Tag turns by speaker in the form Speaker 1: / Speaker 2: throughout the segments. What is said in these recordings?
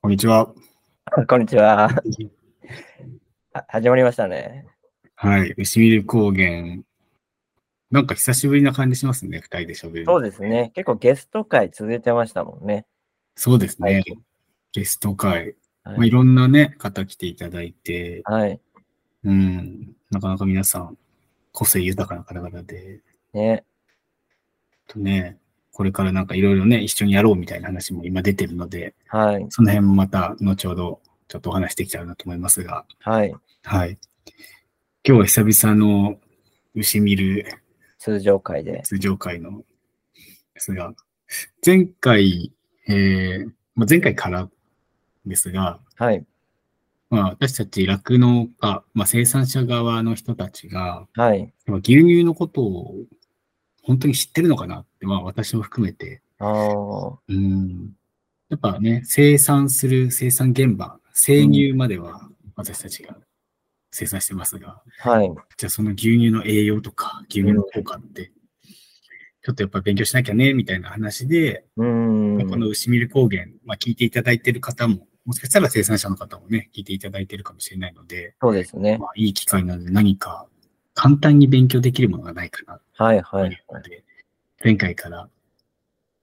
Speaker 1: こんにちは。
Speaker 2: こんに ちは。は始まりましたね。
Speaker 1: はい。牛見る高原。なんか久しぶりな感じしますね、二人で喋る。
Speaker 2: そうですね。結構ゲスト会続いてましたもんね。
Speaker 1: そうです
Speaker 2: は
Speaker 1: ね
Speaker 2: い。
Speaker 1: ゲスト会。まあ、
Speaker 2: はいい。
Speaker 1: ろんなね、方来ていただいて、
Speaker 2: はい
Speaker 1: うん。なかなか皆さん、個性豊かな方々で、
Speaker 2: ね。
Speaker 1: とね、これからなんかいろいろね、一緒にやろうみたいな話も今出てるので、
Speaker 2: はい。
Speaker 1: その辺もまた後ほどちょっとお話しできたらなと思いますが、
Speaker 2: はい。
Speaker 1: はい。今日は久々の牛見る
Speaker 2: 通常会で。
Speaker 1: 通常会のですが、前回、えーまあ、前回からですが、
Speaker 2: はい。
Speaker 1: まあ、私たち酪農家、まあ、生産者側の人たちが、
Speaker 2: はい。
Speaker 1: まあ牛乳のことを本当に知ってるのかなって、まあ、私も含めて、
Speaker 2: ああ。
Speaker 1: うん、やっぱね、生産する生産現場、生乳までは私たちが生産してますが、
Speaker 2: はい。
Speaker 1: じゃあその牛乳の栄養とか牛乳の効果って、ちょっとやっぱ勉強しなきゃね、みたいな話で、
Speaker 2: うー
Speaker 1: まあこの
Speaker 2: ん。
Speaker 1: 牛見る高原、まあ、聞いていただいている方も、もしかしたら生産者の方もね、聞いていただいているかもしれないので、
Speaker 2: そうですね。
Speaker 1: まあ、いい機会なので何か簡単に勉強できるものがないかな
Speaker 2: はい。は
Speaker 1: と
Speaker 2: い
Speaker 1: いう。ので、前回から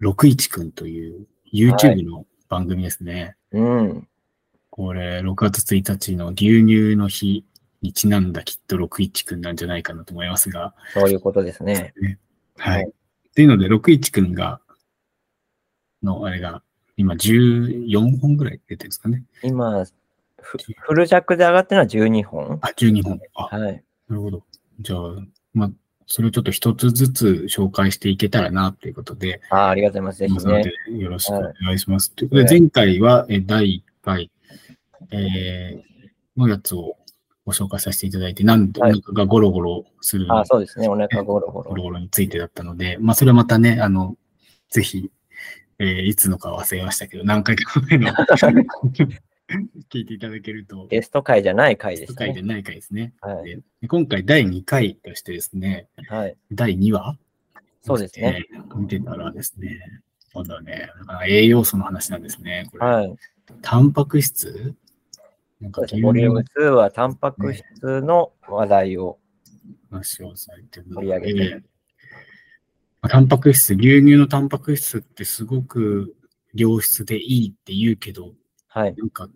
Speaker 1: 61くんという YouTube の番組ですね。
Speaker 2: うん。
Speaker 1: これ、6月1日の牛乳の日にちなんだきっと61くんなんじゃないかなと思いますが、
Speaker 2: そういうことですね。
Speaker 1: は
Speaker 2: はい
Speaker 1: い。っていうので、61くんが、の、あれが、今14本ぐらい出てるんですかね。
Speaker 2: 今、ふフル弱で上がってるのは12本。
Speaker 1: あ、12本。あ、
Speaker 2: はい。
Speaker 1: なるほど。じゃあ、まあ、それをちょっと一つずつ紹介していけたらな、ということで、
Speaker 2: ああ、ありがとうございます。
Speaker 1: ま
Speaker 2: ぜ
Speaker 1: あ
Speaker 2: ひ
Speaker 1: なので
Speaker 2: ね。
Speaker 1: よろしくお
Speaker 2: はい
Speaker 1: 願いします。ということ
Speaker 2: は
Speaker 1: で、
Speaker 2: い
Speaker 1: 前回は、え第1回、えーのやつをご紹介させていただいて、なんで、
Speaker 2: はい
Speaker 1: なんかがゴロゴロする
Speaker 2: ああ、そうですね。お腹ゴロ
Speaker 1: ゴ
Speaker 2: ゴロ
Speaker 1: ロ。ゴロについてだったので、まあ、それはまたね、あの、ぜひ、えーいつのかは忘れましたけど、何回か 前の聞いていただけると、
Speaker 2: ゲスト会じゃない会で
Speaker 1: 世
Speaker 2: した
Speaker 1: 界で
Speaker 2: ね。
Speaker 1: ない回ですね。
Speaker 2: はい。
Speaker 1: で今回、第2回としてですね、
Speaker 2: はい。
Speaker 1: 第2話
Speaker 2: そうですね。
Speaker 1: えー見てたらですね、今度はね、あ栄養素の話なんですね。これ
Speaker 2: はい。
Speaker 1: タンパク質なんか
Speaker 2: そうです
Speaker 1: 牛
Speaker 2: ね
Speaker 1: 乳
Speaker 2: ボリューム
Speaker 1: の
Speaker 2: 2はタンパク質の話題を。
Speaker 1: 話をされてるの
Speaker 2: 盛り上げて
Speaker 1: で、まあタンパク質、牛乳のタンパク質ってすごく良質でいいって言うけど、
Speaker 2: はい。
Speaker 1: なんか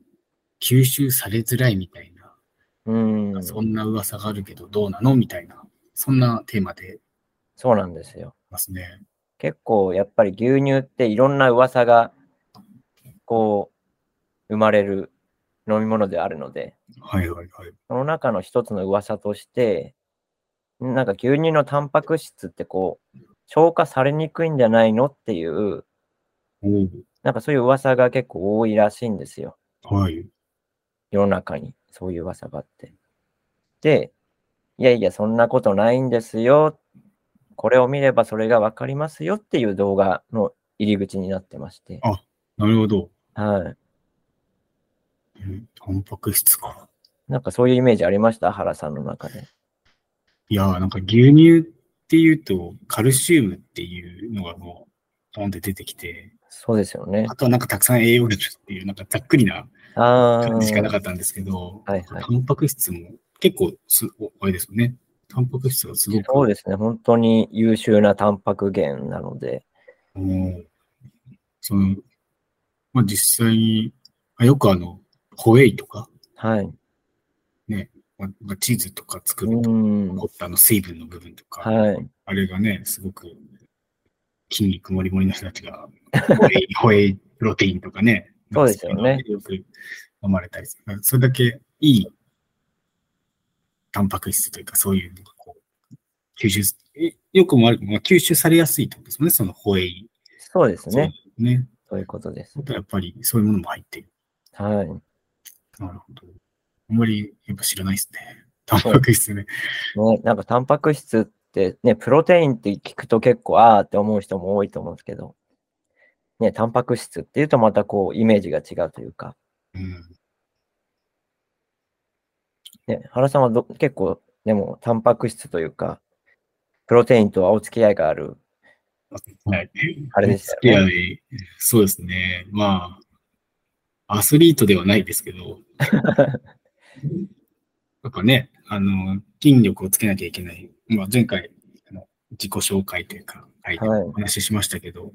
Speaker 1: 吸収されづらいみたいな、
Speaker 2: うーん。
Speaker 1: そんな噂があるけどどうなのみたいな、そんなテーマで
Speaker 2: そうなんですよ。
Speaker 1: ますね。
Speaker 2: 結構やっぱり牛乳っていろんな噂がこう生まれる飲み物であるので、
Speaker 1: はいはいはい。
Speaker 2: その中の一つの噂として、なんか牛乳のタンパク質ってこう消化されにくいんじゃないのっていう、
Speaker 1: おう
Speaker 2: なんかそういう噂が結構多いらしいんですよ。
Speaker 1: はい。
Speaker 2: 世の中にそういう噂があって。で、いやいや、そんなことないんですよ。これを見ればそれがわかりますよっていう動画の入り口になってまして。
Speaker 1: なるほど。
Speaker 2: は
Speaker 1: うんタンパク質か。
Speaker 2: い。なんかそういうイメージありました原さんの中で。
Speaker 1: いやーなんか牛乳っていうと、カルシウムっていうのがもう、ドンって出てきて、
Speaker 2: そうですよね
Speaker 1: あ。とはなんかたくさん栄養量っていう、なんかざっくりな
Speaker 2: あ
Speaker 1: 感じしかな
Speaker 2: あ。
Speaker 1: かったんですけど、
Speaker 2: はいはい
Speaker 1: タンパク質も結構す、おあれですよね。タンパク質がすごく、
Speaker 2: そうですね。本当に優秀なタンパク源なので。
Speaker 1: うんその、まあ、実際に、あよくあの、ホエイとか、
Speaker 2: はい。
Speaker 1: まあチーズとか作
Speaker 2: う
Speaker 1: ると、
Speaker 2: ん。
Speaker 1: 残ったあの水分の部分とか、
Speaker 2: はい。
Speaker 1: あれがね、すごく筋肉もりもりの人たちが、ホエイ、 ホエイプロテインとかね、
Speaker 2: そうですよね
Speaker 1: よく飲まれたりする。それだけいいタンパク質というか、そういうのがこう、吸収す、えよくも悪くもまあ吸収されやすいってことですもんね、そのホエイ。
Speaker 2: そうですね。
Speaker 1: そうね。
Speaker 2: そういうことです
Speaker 1: あ。とはやっぱりそういうものも入ってる。
Speaker 2: はい。
Speaker 1: なるほど。あんまりやっぱ知らないですね。タンパク質ね。
Speaker 2: ね、なんかタンパク質ってね、プロテインって聞くと結構あーって思う人も多いと思うんですけど、ね、タンパク質っていうとまたこうイメージが違うというか、
Speaker 1: うん。
Speaker 2: ね、原さんはど結構でもタンパク質というか、プロテインとはお付き合いがある。
Speaker 1: はい。
Speaker 2: あれでした
Speaker 1: い
Speaker 2: よ
Speaker 1: や、そうですね。まあ、アスリートではないですけ ど、なんかね、あの、筋力をつけなきゃいけない。まあ、前回、あの自己紹介というか、はい、
Speaker 2: はい
Speaker 1: お話ししましたけど、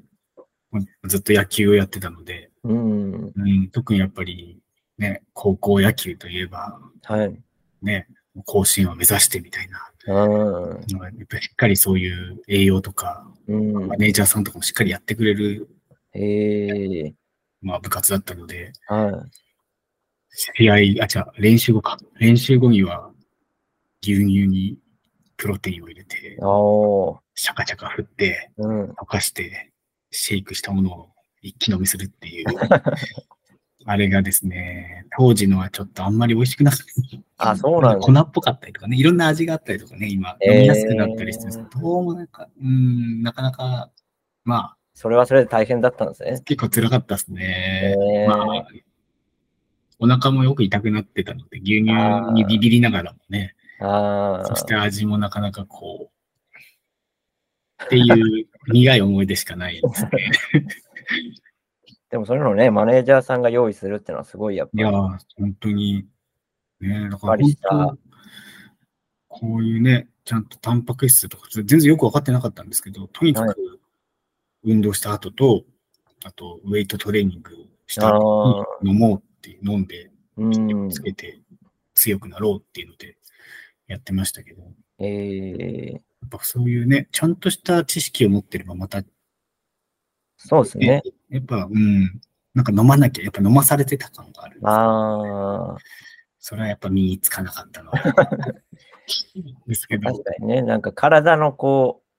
Speaker 1: ずっと野球をやってたので、
Speaker 2: うん。
Speaker 1: うん、特にやっぱり、ね、高校野球といえば、
Speaker 2: はい。
Speaker 1: ね、甲子園を目指してみたいな、
Speaker 2: うん。
Speaker 1: やっぱりしっかりそういう栄養とか、
Speaker 2: うん
Speaker 1: マ。ネージャーさんとかもしっかりやってくれる、
Speaker 2: へえ。
Speaker 1: まあ、部活だったので、
Speaker 2: は
Speaker 1: 試合、あ、違う、練習後か。練習後には、牛乳にプロテインを入れて
Speaker 2: い。、おー。
Speaker 1: シャカシャカ振って、
Speaker 2: うん。
Speaker 1: 溶かして、シェイクしたものを一気飲みするって いう。あれがですね、当時のはちょっとあんまり美味しくなかった。
Speaker 2: あそうなんだ
Speaker 1: 粉っぽかったりとかね、いろんな味があったりとかね、今、
Speaker 2: えー
Speaker 1: 飲みやすくなったりしてるんですけど、どうもなんか、うん、なかなか、ま
Speaker 2: それはそれで大変だったんですね
Speaker 1: あ、。結構辛かったですね。
Speaker 2: えー
Speaker 1: まあ、お腹もよく痛くなってたので、牛乳にビビりながらもね、
Speaker 2: あ
Speaker 1: そ
Speaker 2: あ。
Speaker 1: して味もなかなかこう、っていう苦い思い出しか ないですね。
Speaker 2: でもそれのね、マネージャーさんが用意するってのはすごいやっ
Speaker 1: いやー
Speaker 2: ぱ。、
Speaker 1: 本当に、ね、だか
Speaker 2: ぱ
Speaker 1: ら
Speaker 2: り
Speaker 1: 本
Speaker 2: した
Speaker 1: 当、こういうね、ちゃんとタンパク質とか、全然よく分かってなかったんですけど、とにか
Speaker 2: はい
Speaker 1: く運動した後と、あと、ウェイトトレーニングした
Speaker 2: あ
Speaker 1: 後に飲もうっていう、飲んで、
Speaker 2: うん。
Speaker 1: つけて強くなろうっていうのでやってましたけど、や
Speaker 2: ええ。
Speaker 1: っぱそういうね、ちゃんとした知識を持ってればまた、
Speaker 2: そうですね。
Speaker 1: やっぱ、うん、なんか飲まなきゃ、やっぱ飲まされてた感があるんですよ
Speaker 2: ああ。
Speaker 1: それはやっぱ身につかなか ったのですけど
Speaker 2: 確、かにね、なんか体のこう、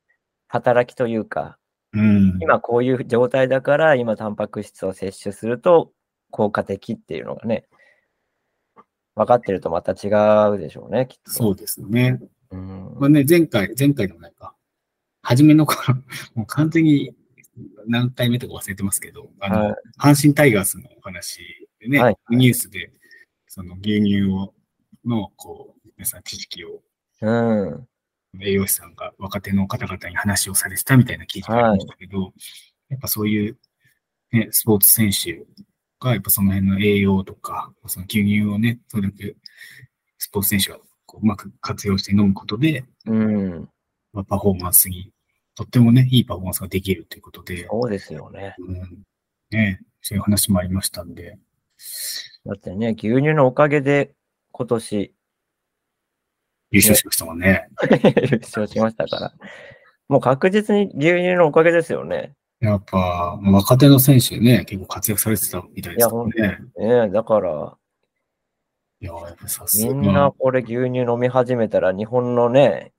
Speaker 2: 働きというか、
Speaker 1: うん、
Speaker 2: 今こういう状態だから、今タンパク質を摂取すると効果的っていうのがね、分かってるとまた違うでしょうね、きっと。
Speaker 1: そうですね。
Speaker 2: うん。
Speaker 1: まあね、前回、前回でもないか、初めの頃、もう完全に何回目とか忘れてますけど、あの、
Speaker 2: はい
Speaker 1: 阪神タイガースのお話でね、
Speaker 2: はい
Speaker 1: ニュースで、その牛乳を、の、こう、皆さん知識を、
Speaker 2: うん。
Speaker 1: 栄養士さんが若手の方々に話をされてたみたいな記事がありましたけど、やっぱそういう、ね、スポーツ選手が、やっぱその辺の栄養とか、その牛乳をね、それだけスポーツ選手がこううまく活用して飲むことで、
Speaker 2: うん。
Speaker 1: まあ、パフォーマンスに、とってもね、いいパフォーマンスができるということで、
Speaker 2: そうですよね。
Speaker 1: うんね、そういう話もありましたんで、
Speaker 2: だってね、牛乳のおかげで今年
Speaker 1: 優勝しましたもんね。
Speaker 2: 優 勝しましたから、もう確実に牛乳のおかげですよね。
Speaker 1: やっぱ、若手の選手ね、結構活躍されてたみたいですから
Speaker 2: いや
Speaker 1: ね。
Speaker 2: ねだから、
Speaker 1: いや、やっぱさす
Speaker 2: み
Speaker 1: が。
Speaker 2: んなこれ牛乳飲み始めたら日本のね、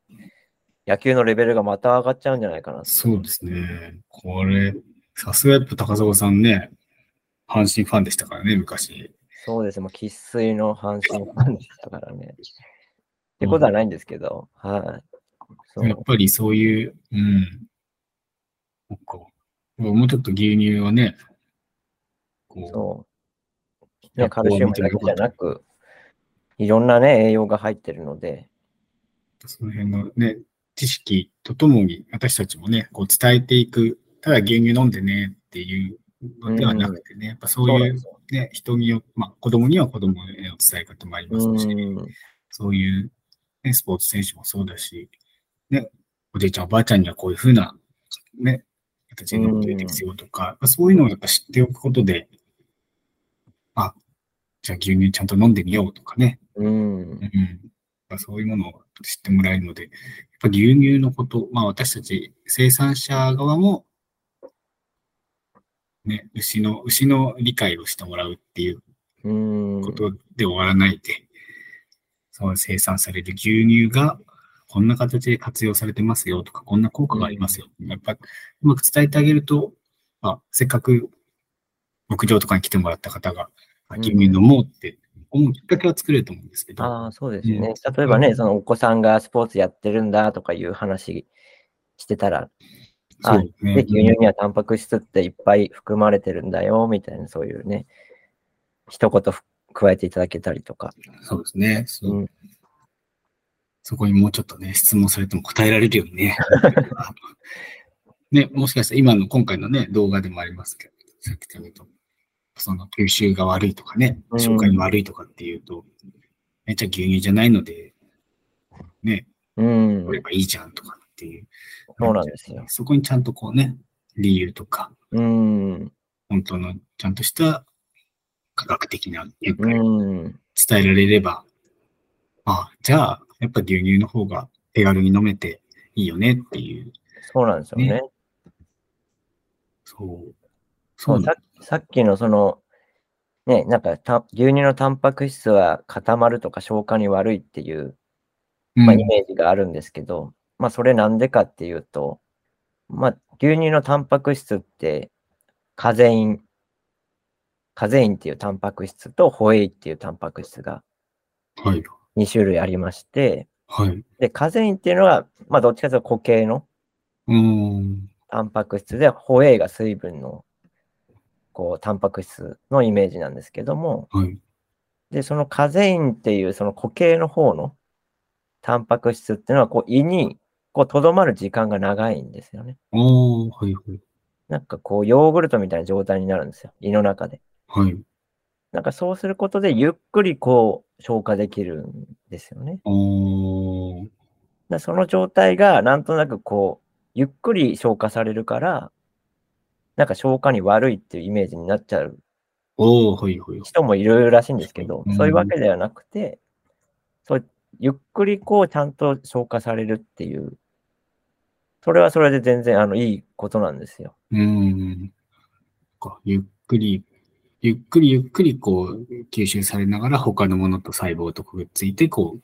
Speaker 2: 野球のレベルがまた上がっちゃうんじゃないかな。
Speaker 1: そうですね。これ、さすがやっぱ高砂さんね、阪神ファンでしたからね、昔。
Speaker 2: そうです。もう生粋の阪神ファンでしたからね。ってことはないんですけど、はい。そう
Speaker 1: やっぱりそういう、うん。なんか、もうちょっと牛乳をね、こ
Speaker 2: そう、ね。カルシウムだけじゃなく、いろんなね、栄養が入ってるので、
Speaker 1: う、その辺のね、知識とともに私たちもね、こう伝えていく、ただ牛乳飲んでねっていうのではなくてね、やっぱそう
Speaker 2: そうないんで
Speaker 1: う
Speaker 2: すよ。
Speaker 1: ね、人によ、まあ子供には子供への伝え方もありますし、
Speaker 2: うん
Speaker 1: そういう、ね、スポーツ選手もそうだし、ね、おじいちゃん、おばあちゃんにはこういうふうな、ね、形で出てますよとか、そういうのをやっぱ知っておくことで、あ、じゃあ牛乳ちゃんと飲んでみようとかね、
Speaker 2: うん
Speaker 1: うん、やっぱそういうものを知ってもらえるので、やっぱ牛乳のこと、まあ私たち生産者側も、ね、牛の、牛の理解をしてもらうっていう
Speaker 2: うん
Speaker 1: ことで終わらないで、その生産される牛乳がこんな形で活用されてますよとか、こんな効果がありますよ。やっぱうまく伝えてあげると、あ、せっかく牧場とかに来てもらった方が、あ
Speaker 2: うん
Speaker 1: 牛乳飲もうって思うきっかけは作れると思うんですけど、
Speaker 2: ああ、そうですね。
Speaker 1: うん
Speaker 2: 例えばね、そのお子さんがスポーツやってるんだとかいう話してたら、
Speaker 1: そ
Speaker 2: あ
Speaker 1: うね
Speaker 2: で、牛乳にはタンパク質っていっぱい含まれてるんだよ、みたいな、そういうね、一言ふ加えていただけたりとか。
Speaker 1: そうですね。そう
Speaker 2: うん
Speaker 1: そこにもうちょっとね、質問されても答えられるようにね。 ね、もしかしたら今の今回のね、動画でもありますけど、さっきとその吸収が悪いとかね、消化に悪いとかっていうと、めっちゃ牛乳じゃないので、ね、
Speaker 2: うん
Speaker 1: 取。ればいいじゃんとかっていう。
Speaker 2: そうなんですよ。
Speaker 1: そこにちゃんとこうね、理由とか、
Speaker 2: うん。
Speaker 1: 本当のちゃんとした科学的な見解を
Speaker 2: うん。
Speaker 1: 伝えられれば、あ、じゃあ、やっぱ牛乳の方が手軽に飲めていいよねっていう。
Speaker 2: そうなんですよね。
Speaker 1: ねそう。
Speaker 2: そ
Speaker 1: そうう
Speaker 2: さ
Speaker 1: だ。
Speaker 2: さっきのその、ね、なんかた牛乳のタンパク質は固まるとか消化に悪いっていう、
Speaker 1: うん
Speaker 2: まあ、イメージがあるんですけど、まあそれなんでかっていうと、まあ牛乳のタンパク質ってカゼイン、カゼインっていうタンパク質とホエイっていうタンパク質が
Speaker 1: はい。
Speaker 2: 2種類ありまして、
Speaker 1: はい。
Speaker 2: で、カゼインっていうのは、まあどっちかというと固形の
Speaker 1: うーん。
Speaker 2: タンパク質で、ホエイが水分の、こう、タンパク質のイメージなんですけども、
Speaker 1: はい。
Speaker 2: で、そのカゼインっていう、その固形の方のタンパク質っていうのは、こう、胃に、こう、とどまる時間が長いんですよね。
Speaker 1: おー、はいはい。
Speaker 2: なんかこう、ヨーグルトみたいな状態になるんですよ。胃の中で。
Speaker 1: はい。
Speaker 2: なんかそうすることで、ゆっくりこう、消化できるんですよね。
Speaker 1: おー、
Speaker 2: だその状態が、なんとなくこう、ゆっくり消化されるから、なんか消化に悪いっていうイメージになっちゃう
Speaker 1: おー、はいはい。
Speaker 2: 人もいろいろらしいんですけど
Speaker 1: う、ん
Speaker 2: そういうわけではなくて、そうゆっくりこうちゃんと消化されるっていう、それはそれで全然あのいいことなんですよ。
Speaker 1: うーん。かゆっくり、ゆっくりゆっくりこう吸収されながら他のものと細胞とくっついてこ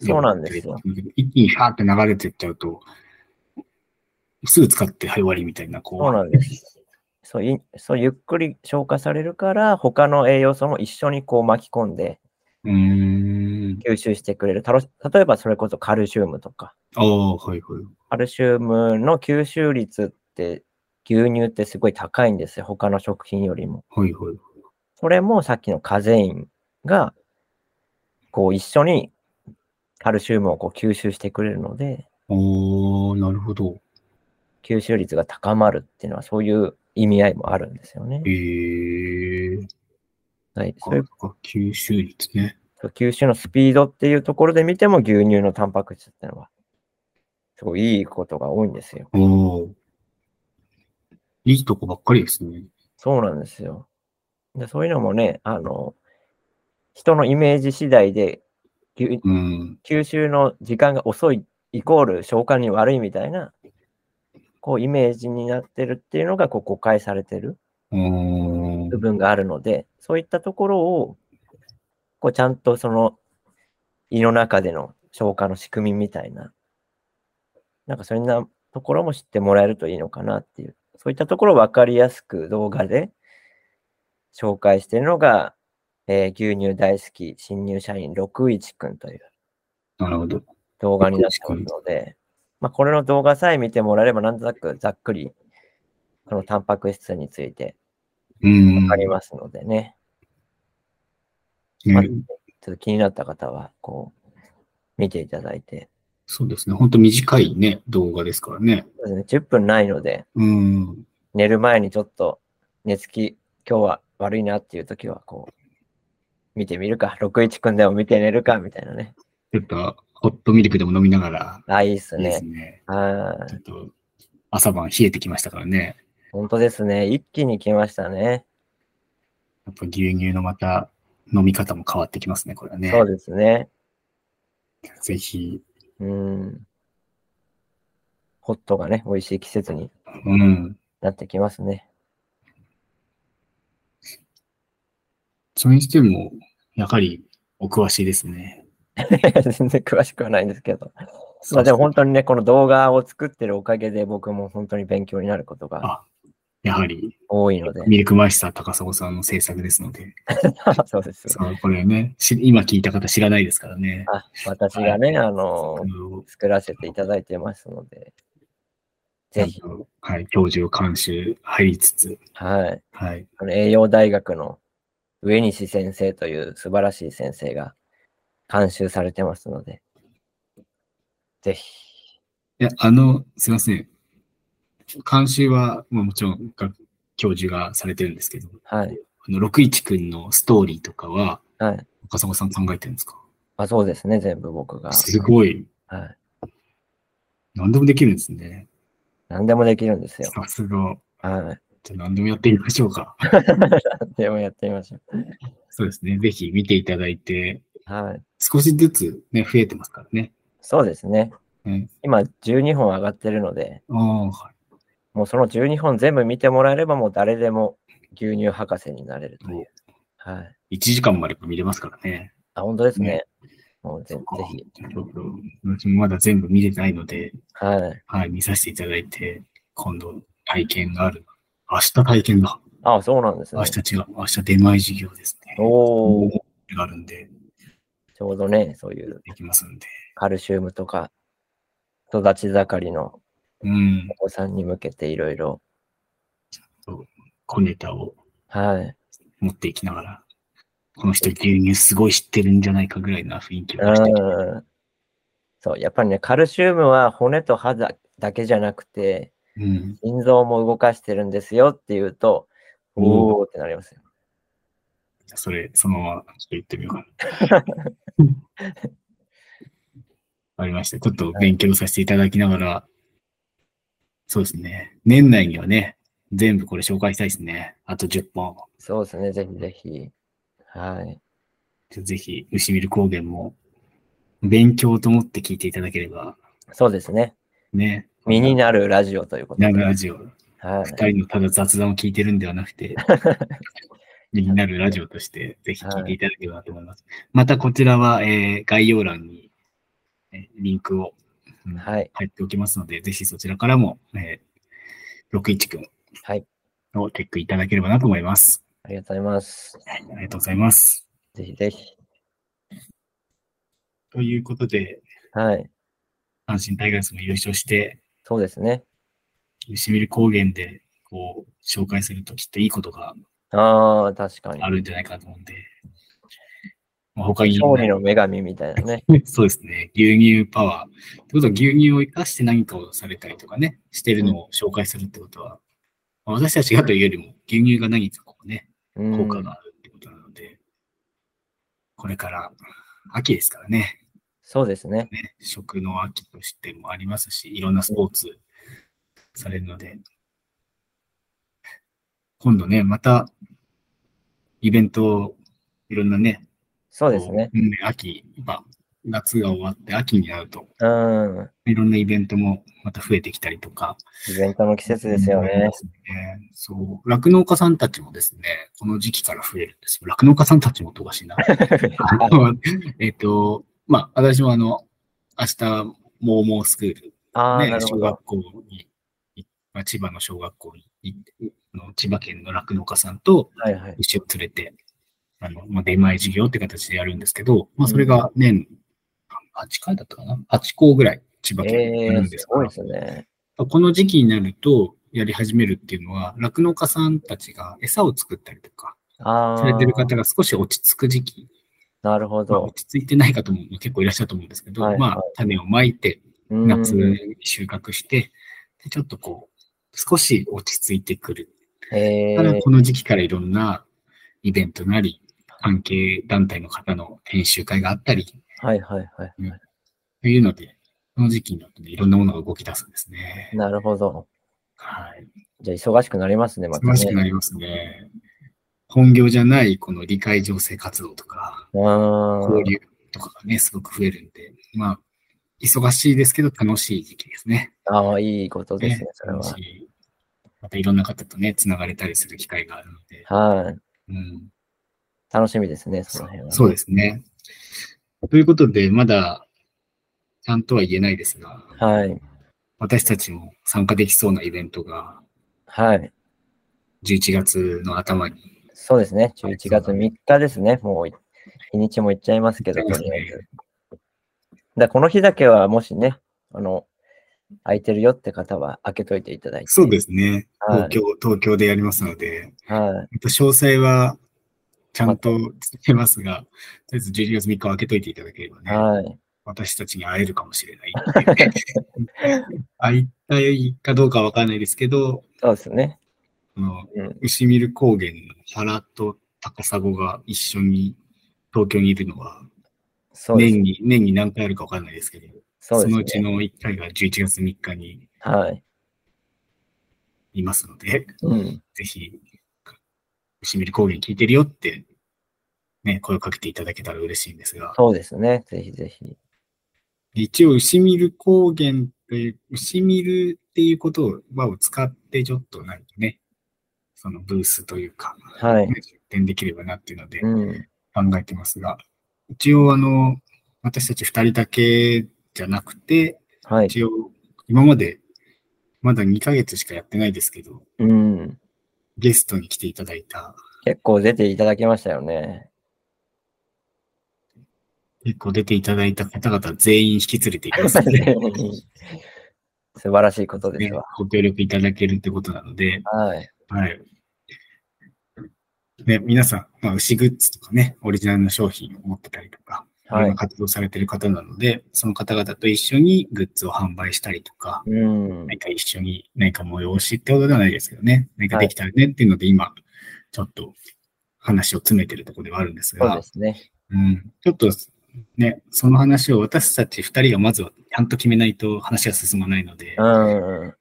Speaker 1: う。
Speaker 2: そうなんですよ。
Speaker 1: 一気にファーって流れてっちゃうと、すぐ使って、はい、終わりみたいな、こう。
Speaker 2: そうなんです。そういそうゆっくり消化されるから、他の栄養素も一緒にこう巻き込んで
Speaker 1: うーん。
Speaker 2: 吸収してくれる。たろ例えばそれこそカルシウムとか、
Speaker 1: ああ、はいはい。
Speaker 2: カルシウムの吸収率って牛乳ってすごい高いんですよ。他の食品よりも。
Speaker 1: はいはい。
Speaker 2: それもさっきのカゼインが、こう一緒にカルシウムをこう吸収してくれるので、
Speaker 1: おー、なるほど。
Speaker 2: 吸収率が高まるっていうのはそういう意味合いもあるんですよね
Speaker 1: え。えー。
Speaker 2: はい、
Speaker 1: そ
Speaker 2: そういう
Speaker 1: か吸収率ね。
Speaker 2: 吸収のスピードっていうところで見ても牛乳のタンパク質っていうのは、すごいいいことが多いんですよ。
Speaker 1: おー。いいとこばっかりですね。
Speaker 2: そうなんですよ。でそういうのもね、あの、人のイメージ次第で、牛
Speaker 1: うん。
Speaker 2: 吸収の時間が遅いイコール消化に悪いみたいな、こうイメージになってるっていうのがこう誤解されてる
Speaker 1: お
Speaker 2: 部
Speaker 1: ー。
Speaker 2: 分があるので、そういったところを、こうちゃんとその胃の中での消化の仕組みみたいな、なんかそんなところも知ってもらえるといいのかなっていう、そういったところを分かりやすく動画で紹介しているのが、えー牛乳大好き新入社員61くんという
Speaker 1: なるほど。
Speaker 2: 動画になってますので、まあ、これの動画さえ見てもらえれば、なんとなくざっくり、このタンパク質について
Speaker 1: うん。
Speaker 2: わかりますのでね、
Speaker 1: ね
Speaker 2: まあちょっと気になった方は、こう、見ていただいて、
Speaker 1: そうですね。本当短いね、動画ですからね。
Speaker 2: そうですね、10分ないので、
Speaker 1: うん。
Speaker 2: 寝る前にちょっと寝つき、今日は悪いなっていう時は、こう、見てみるか、61くんでも見て寝るか、みたいなね。
Speaker 1: ちょっと、ホットミルクでも飲みながら、
Speaker 2: あ、いいっす
Speaker 1: いいで
Speaker 2: ね
Speaker 1: す。ね。
Speaker 2: ああ
Speaker 1: ちょっと、朝晩冷えてきましたからね。
Speaker 2: 本当ですね。一気に来ましたね。
Speaker 1: やっぱ牛乳のまた飲み方も変わってきますね、これはね。
Speaker 2: そうですね。
Speaker 1: ぜひ、
Speaker 2: うん。ホットがね、美味しい季節に
Speaker 1: うん。
Speaker 2: なってきます ね。
Speaker 1: それにしても、やはり、お詳しいですね。
Speaker 2: 全然詳しくはないんですけど。まあでも本当にね、この動画を作ってるおかげで僕も本当に勉強になることが
Speaker 1: あ、やはり、
Speaker 2: 多いので。
Speaker 1: ミルクマイスター高砂さんの制作ですので、
Speaker 2: そうです。
Speaker 1: そうこれね、し今聞いた方知らないですからね。
Speaker 2: あ、私がね、あの
Speaker 1: あ、の
Speaker 2: 作らせていただいてますので。
Speaker 1: ちゃ
Speaker 2: ぜ
Speaker 1: ん
Speaker 2: ひ、
Speaker 1: とはい、教授を監修入りつつ、
Speaker 2: はい。
Speaker 1: はい。
Speaker 2: あの栄養大学の上西先生という素晴らしい先生が監修されてますので。ぜひ。
Speaker 1: いや、あの、すいません。監修は、まあ、もちろんが教授がされてるんですけど、
Speaker 2: はい。
Speaker 1: あの、六一くんのストーリーとかは、
Speaker 2: はい。
Speaker 1: 岡迫さん考えてるんですか
Speaker 2: あ、そうですね、全部僕が。
Speaker 1: すごい。
Speaker 2: はい。
Speaker 1: 何でもできるんですね。
Speaker 2: 何でもできるんですよ。
Speaker 1: さすが。
Speaker 2: はい。
Speaker 1: じゃあ何でもやってみましょうか。
Speaker 2: 何でもやってみましょう。
Speaker 1: そうですね。ぜひ見ていただいて、
Speaker 2: はい。
Speaker 1: 少しずつね、増えてますからね。
Speaker 2: そうですね。
Speaker 1: うん
Speaker 2: 今、12本上がってるので、
Speaker 1: ああ、は
Speaker 2: もうその12本全部見てもらえれば、もう誰でも牛乳博士になれるという。は
Speaker 1: い。
Speaker 2: い。
Speaker 1: 1時間まで見れますからね。
Speaker 2: あ、本当ですね。
Speaker 1: ね
Speaker 2: もうぜ
Speaker 1: そっか
Speaker 2: ぜひ。
Speaker 1: ちょっと私もまだ全部見れてないので、
Speaker 2: はい。
Speaker 1: はい、見させていただいて、今度体験がある。明日体験だ。
Speaker 2: あ、そうなんですね
Speaker 1: 明。日違う。明日出前授業ですね。
Speaker 2: おお、
Speaker 1: があるんで、
Speaker 2: ちょうどね、そういう
Speaker 1: できますんで。
Speaker 2: カルシウムとか、育ち盛りの
Speaker 1: うん
Speaker 2: お。子さんに向けていろいろ、
Speaker 1: 小ネタを
Speaker 2: はい。
Speaker 1: 持っていきながら、この人牛乳すごい知ってるんじゃないかぐらいな雰囲気を出していきたい
Speaker 2: うん。そう、やっぱりね、カルシウムは骨と肌だけじゃなくて、
Speaker 1: うん。
Speaker 2: 心臓も動かしてるんですよっていうと、
Speaker 1: お
Speaker 2: おおってなりますよ。
Speaker 1: じゃあそれ、そのままちょっと言ってみようか な。わかりました。ちょっと勉強させていただきながら、そうですね。年内にはね、全部これ紹介したいですね。あと10本。
Speaker 2: そうですね、ぜひぜひ。はい。
Speaker 1: ぜひ、牛見る高原も、勉強と思って聞いていただければ、
Speaker 2: そうですね。
Speaker 1: ね。
Speaker 2: 身になるラジオということで。
Speaker 1: 長ラジオ、
Speaker 2: はい。
Speaker 1: 二人のただ雑談を聞いてるんではなく て、気になるラジオとして、ぜひ聞いていただければと思います。またこちらは、えー概要欄に、えーリンクを、うん入
Speaker 2: はい。
Speaker 1: っておきますので、ぜひそちらからも、えー、61くん
Speaker 2: はい。
Speaker 1: をチェックいただければなと思います。
Speaker 2: ありがとうございます。
Speaker 1: はいありがとうございます。
Speaker 2: ぜひぜひ。
Speaker 1: ということで、
Speaker 2: はい。
Speaker 1: 阪神タイガースも優勝して、
Speaker 2: そうですね。
Speaker 1: 牛見る高原で、こう、紹介するときっといいことが
Speaker 2: ああ、確かに。
Speaker 1: あるんじゃないかと思うんで、まあ、他に、
Speaker 2: 勝利の女神みたいなね。
Speaker 1: そうですね。牛乳パワー。ってことは牛乳を生かして何かをされたりとかね、してるのを紹介するってことは、まあ私たちがというよりも牛乳が何かこうね、
Speaker 2: うん
Speaker 1: 効果があるってことなので、これから秋ですからね、
Speaker 2: そうですね。
Speaker 1: ね食の秋としてもありますし、いろんなスポーツされるので、今度ね、またイベントをいろんなね、
Speaker 2: そうですね。
Speaker 1: こう。うん秋、まあ、夏が終わって秋になると、
Speaker 2: うん。
Speaker 1: いろんなイベントもまた増えてきたりとか。
Speaker 2: イベントの季節ですよね。
Speaker 1: ねそう。酪農家さんたちもですね、この時期から増えるんですよ。酪農家さんたちもおとがしいな。あの えっと、まあ、私もあの、明日、モーモースクール、
Speaker 2: ああ、
Speaker 1: ね
Speaker 2: な、るほ
Speaker 1: 小
Speaker 2: ど。
Speaker 1: 学校に、いまあ千葉の小学校に行って、あの千葉県の酪農家さんと、
Speaker 2: はいはい。
Speaker 1: 牛を連れて、あの、まあ、出前授業って形でやるんですけど、まあ、それが年、8回だったかな ?8 校ぐらい千葉県で
Speaker 2: え
Speaker 1: や
Speaker 2: え
Speaker 1: るんです
Speaker 2: ー、す
Speaker 1: けど
Speaker 2: ごいですね。
Speaker 1: この時期になると、やり始めるっていうのは、酪農家さんたちが餌を作ったりとか、
Speaker 2: ああ、
Speaker 1: されてる方が少し落ち着く時期、
Speaker 2: なるほ
Speaker 1: まあ、
Speaker 2: ど。
Speaker 1: 落ち着いてない方も結構いらっしゃると思うんですけど、
Speaker 2: はい
Speaker 1: まあ、種をまいて、
Speaker 2: うん
Speaker 1: 夏収穫して、でちょっとこう、少し落ち着いてくる
Speaker 2: ええ
Speaker 1: からこの時期からいろんなイベントなり、関係団体の方の研修会があったり
Speaker 2: はいはいはい。
Speaker 1: というので、この時期になってねいろんなものが動き出すんですね。
Speaker 2: なるほど。
Speaker 1: はい。
Speaker 2: じゃあ、忙しくなりますね、また
Speaker 1: 忙しくな
Speaker 2: ね。
Speaker 1: りますね。本業じゃないこの理解情勢活動とか、
Speaker 2: あ
Speaker 1: 交流とかがね、すごく増えるんで、まあ、忙しいですけど楽しい時期ですね。
Speaker 2: あ、ああ、いいことですね
Speaker 1: ね、
Speaker 2: それ
Speaker 1: 楽
Speaker 2: は
Speaker 1: し。い。またいろんな方とね、つながれたりする機会があるので、
Speaker 2: はい。
Speaker 1: うん、
Speaker 2: 楽しみですね、そ
Speaker 1: そ
Speaker 2: の辺は。
Speaker 1: そうですね。ということで、まだ、ちゃんとは言えないですが、
Speaker 2: はい。
Speaker 1: 私たちも参加できそうなイベントが、
Speaker 2: はい。
Speaker 1: 11月の頭に、
Speaker 2: そうですね。11月3日ですね。もうい、日にちもいっちゃいますけど、
Speaker 1: そう
Speaker 2: と
Speaker 1: で
Speaker 2: り
Speaker 1: すね
Speaker 2: あえず。だからこの日だけは、もしね、あの、空いてるよって方は、開けといていただいて。。
Speaker 1: そうですすね、
Speaker 2: はい
Speaker 1: 東京、東京でやりますので、
Speaker 2: はい。
Speaker 1: えっと詳細は、ちゃんと伝えますが、とりあえず11月3日は開けといていただければね、
Speaker 2: はい。
Speaker 1: 私たちに会えるかもしれないっていうね。 会いたいかどうかわからないですけど、
Speaker 2: そうですね。
Speaker 1: あの
Speaker 2: うん
Speaker 1: 牛見る高原の原と高砂が一緒に東京にいるのは、
Speaker 2: そうです
Speaker 1: 年に、年に何回あるかわからないですけど、
Speaker 2: そう
Speaker 1: そ
Speaker 2: です
Speaker 1: の
Speaker 2: ね
Speaker 1: うちの1回が11月3日に
Speaker 2: はい。
Speaker 1: いますので、
Speaker 2: うん。
Speaker 1: ぜひ、しみり高原聞いてるよって、ね、声をかけていただけたら嬉しいんですが、
Speaker 2: そうですね。ぜひぜひ。
Speaker 1: 一応、牛見る高原という、牛見るっていうことを、輪を使って、ちょっとなんかね、そのブースというか、
Speaker 2: はい。
Speaker 1: ね出展できればなっていうので
Speaker 2: うん。
Speaker 1: 考えてますが、一応、あの、私たち二人だけじゃなくて、
Speaker 2: はい。
Speaker 1: 一応、今まで、まだ2ヶ月しかやってないですけど、
Speaker 2: うん。
Speaker 1: ゲストに来ていただいた、
Speaker 2: 結構出ていただきましたよ ね。
Speaker 1: 結構出ていただいた方々全員引き連れていきますので、
Speaker 2: 素晴らしいことで
Speaker 1: ね
Speaker 2: すわ。、
Speaker 1: ご協力いただけるってことなので、
Speaker 2: はい。
Speaker 1: はい。ね、皆さん、まあ、牛グッズとかね、オリジナルの商品を持ってたりとか、いろ
Speaker 2: は
Speaker 1: ん
Speaker 2: い
Speaker 1: な。活動されてる方なので、その方々と一緒にグッズを販売したりとか、
Speaker 2: うん。
Speaker 1: 何か一緒に何か催しってことではないですけどね、何かできたらねっていうので、今、ちょっと話を詰めてるところではあるんです
Speaker 2: そう
Speaker 1: が
Speaker 2: で、すね。
Speaker 1: うん、ちょっとね、その話を私たち2人がまずはちゃんと決めないと話が進まないので
Speaker 2: う、ん。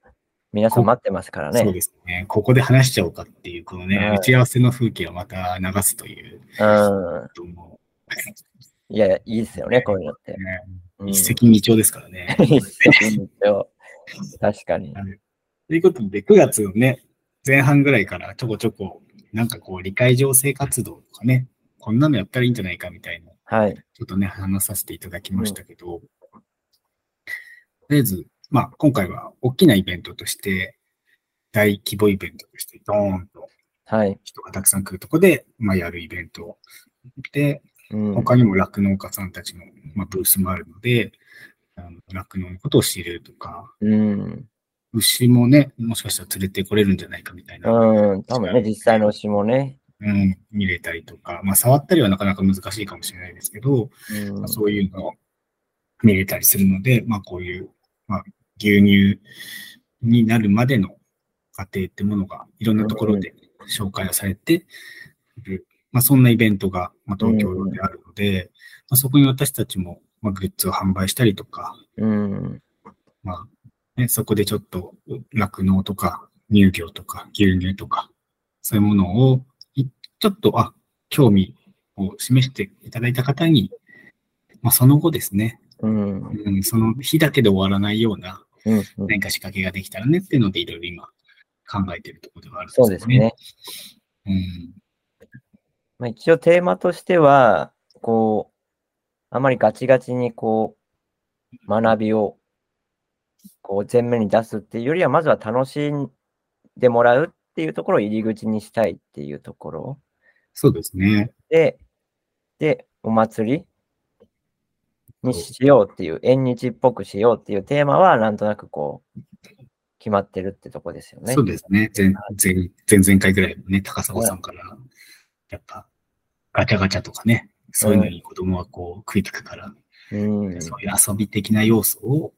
Speaker 2: 皆さん待ってますからね。
Speaker 1: そうですね、ここで話しちゃおうかっていう、このね、
Speaker 2: はい
Speaker 1: 打ち合わせの風景をまた流すという、
Speaker 2: う
Speaker 1: とも
Speaker 2: ん。いや、いいですよね、こういうのって
Speaker 1: う、。ね
Speaker 2: うん
Speaker 1: 一石二鳥ですから ね。
Speaker 2: 一石二鳥確かに。
Speaker 1: ということで、9月のね、前半ぐらいからちょこちょこ、なんかこう、理解情勢活動とかね、こんなのやったらいいんじゃないかみたいな、ち
Speaker 2: はい。
Speaker 1: ょっとね、話させていただきましたけど、とりあえず、まあ、今回は大きなイベントとして、大規模イベントとして、ドーンと
Speaker 2: はい。
Speaker 1: 人がたくさん来るとこで、まあ、やるイベントで、
Speaker 2: うん。
Speaker 1: 他にも酪農家さんたちの、まあ、ブースもあるので、あの酪農のことを知るとか、
Speaker 2: うん。
Speaker 1: 牛もね、もしかしたら連れてこれるんじゃないかみたいな、
Speaker 2: うん。多分ね、実際の牛もね。
Speaker 1: うん、見れたりとか、まあ、触ったりはなかなか難しいかもしれないですけど、
Speaker 2: うん
Speaker 1: まあ、そういうのを見れたりするので、まあ、こういう、まあ、牛乳になるまでの過程ってものがいろんなところで紹介をされてる、まあ、そんなイベントが、まあ、東京であるので、まあ、そこに私たちも、まあ、グッズを販売したりとか、
Speaker 2: うん。
Speaker 1: まあね、そこでちょっと酪農とか乳業とか牛乳とか、そういうものをいちょっと、あ、興味を示していただいた方に、まあ、その後ですね、
Speaker 2: うん。
Speaker 1: うん、その日だけで終わらないような
Speaker 2: うんうん
Speaker 1: 何か仕掛けができたらねっていうので、いろいろ今考えてるところではあるん
Speaker 2: そうですね。。
Speaker 1: うん、
Speaker 2: まあ、一応テーマとしては、こう、あまりガチガチにこう、学びをこう前面に出すっていうよりは、まずは楽しんでもらうっていうところを入り口にしたいっていうところ
Speaker 1: そうですね。
Speaker 2: で、で、お祭りにしようっていう、縁日っぽくしようっていうテーマは、なんとなくこう、決まってるってとこですよね。
Speaker 1: そうですね。前前前々回ぐらいもね、高砂さんから、やっぱ、ガチャガチャとかね、そういうのに子供はこう食いつくから、
Speaker 2: うん。
Speaker 1: そういう遊び的な要素を、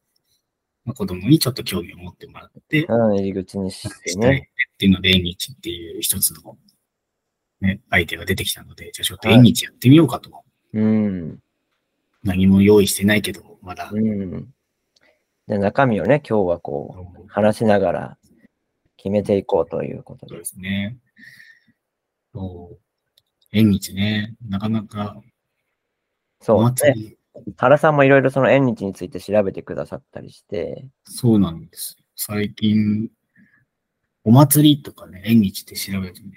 Speaker 1: まあ、子供にちょっと興味を持ってもらって、
Speaker 2: うん、入り口にし
Speaker 1: してたいね
Speaker 2: ね。
Speaker 1: っていうので、縁日っていう一つの、ね、アイデアが出てきたので、じゃあちょっと縁日やってみようかと。
Speaker 2: うん。
Speaker 1: 何も用意してないけど、まだ。
Speaker 2: うん。で、中身をね、今日はこう、話しながら決めていこうということ
Speaker 1: そう
Speaker 2: で。
Speaker 1: ですすね。そう縁日ね、なかなかお
Speaker 2: そう。
Speaker 1: 祭
Speaker 2: で、
Speaker 1: り、
Speaker 2: 原さんもいろいろその縁日について調べてくださったりして、
Speaker 1: そうなんですよ。最近、お祭りとかね、縁日って調べてね、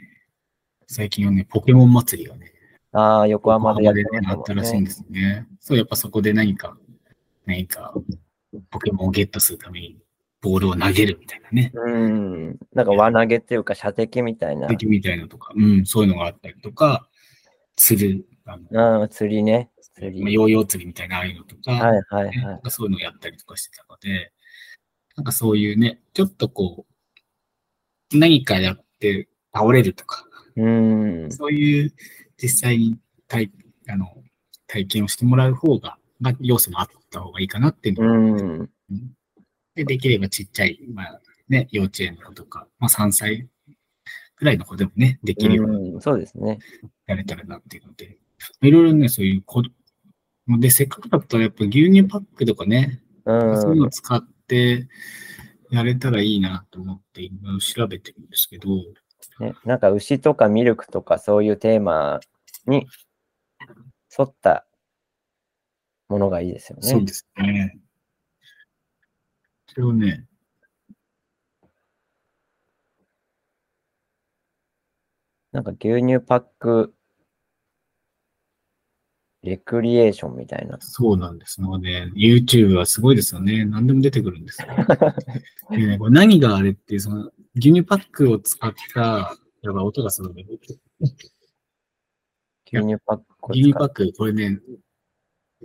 Speaker 1: 最近はね、ポケモン祭りがね、
Speaker 2: ああ、横浜でやって
Speaker 1: ね
Speaker 2: まし
Speaker 1: あ
Speaker 2: た
Speaker 1: っ
Speaker 2: も
Speaker 1: た
Speaker 2: ん
Speaker 1: らしいん
Speaker 2: ね。
Speaker 1: ですね。そう、やっぱそこで何か、何か、ポケモンをゲットするために、ボールを投げるみたいなね。
Speaker 2: うん。なんか輪投げっていうか、射的みたいな。
Speaker 1: 敵みたいなとか、うん、そういうのがあったりとか、釣る、あの、
Speaker 2: うん、釣りね。釣
Speaker 1: まあ、
Speaker 2: り。
Speaker 1: ヨーヨー釣りみたいな、ああいうのとか、
Speaker 2: はいはい
Speaker 1: ね
Speaker 2: は
Speaker 1: ないん。かそういうのをやったりとかしてたので、なんかそういうね、ちょっとこう、何かやって倒れるとか、
Speaker 2: うん。
Speaker 1: そういう実際に体あの体験をしてもらう方が、まあ、要素もあった方がいいかなっていうのが
Speaker 2: うん。
Speaker 1: で、できればちっちゃい、まあね、幼稚園の子とか、まあ3歳ぐらいの子でもね、できるように
Speaker 2: うん、そうですね。
Speaker 1: やれたらなっていうので、いろいろね、そういう子、で、せっかくだったらやっぱ牛乳パックとかね、
Speaker 2: う
Speaker 1: そういうの
Speaker 2: ん
Speaker 1: を。使ってやれたらいいなと思って今調べてるんですけど、
Speaker 2: ね、なんか牛とかミルクとかそういうテーマに沿ったものがいいですよ
Speaker 1: そう
Speaker 2: ね。
Speaker 1: ですね。それをね、
Speaker 2: なんか牛乳パックレクリエーションみたいな。
Speaker 1: そうなんですので、YouTube はすごいですよね。何でも出てくるん ですよ。でね、これ何があれっていう、その牛乳パックを使った、やばい音がするんで、
Speaker 2: 牛乳パックを
Speaker 1: 牛乳
Speaker 2: 使
Speaker 1: パッ
Speaker 2: っ
Speaker 1: ク、これね、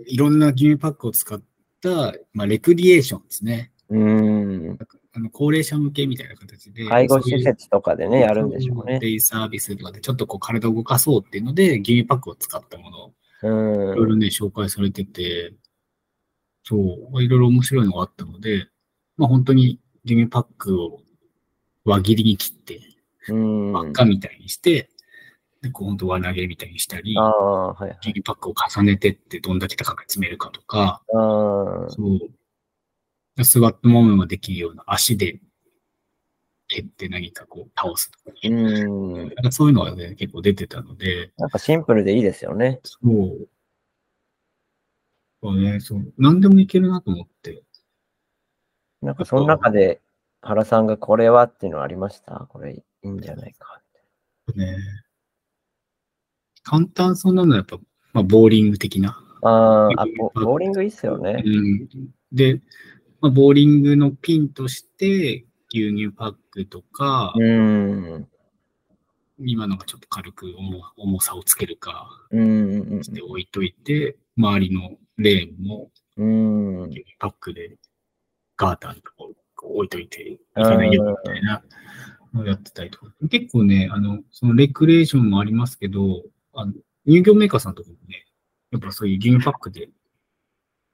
Speaker 1: いろんな牛乳パックを使った、まあ、レクリエーションですね。
Speaker 2: うーん。
Speaker 1: あの高齢者向けみたいな形で。
Speaker 2: 介護
Speaker 1: そうい
Speaker 2: 施
Speaker 1: う
Speaker 2: 設とかでね、やるんでしょうね。
Speaker 1: デイサービスとかで、ちょっとこう体を動かそうっていうので、牛乳パックを使ったものを
Speaker 2: う
Speaker 1: いろい
Speaker 2: ん。
Speaker 1: ろね、紹介されてて、そう、いろいろ面白いのがあったので、まあ本当に牛乳パックを輪切りに切って、
Speaker 2: うん。
Speaker 1: 輪っかみたいにして、で、こう本当輪投げみたいにしたり
Speaker 2: あ、あ、はいはい。
Speaker 1: 牛乳パックを重ねてってどんだけ高く詰めるかとか、
Speaker 2: あ
Speaker 1: そう。座ったままができるような足で蹴って何かこう倒すとか
Speaker 2: ー
Speaker 1: ね、
Speaker 2: うん。
Speaker 1: なんかそういうのがね、結構出てたので、
Speaker 2: なんかシンプルでいいですよね。
Speaker 1: そう。そうね、そう。何でもいけるなと思って。
Speaker 2: なんかその中で原さんがこれはっていうのはありましたこれいいんじゃないか。
Speaker 1: ね。簡単そうなのはやっぱ、まあ、ボーリング的な。
Speaker 2: あーあ、ボボーリングいいっすよね
Speaker 1: う。ん。で、まあ、ボーリングのピンとして、牛乳パックとか、
Speaker 2: うん。
Speaker 1: 今のがちょっと軽く重重さをつけるか、
Speaker 2: うんうん
Speaker 1: して置いといて、周りのレーンも
Speaker 2: うん。うん。
Speaker 1: パックでガーターのとこ置いといていけないよみたいなのをやってたりとか。結構ね、あの、そのレクリエーションもありますけど、あの乳業メーカーさんとかもね、やっぱそういう牛乳パックで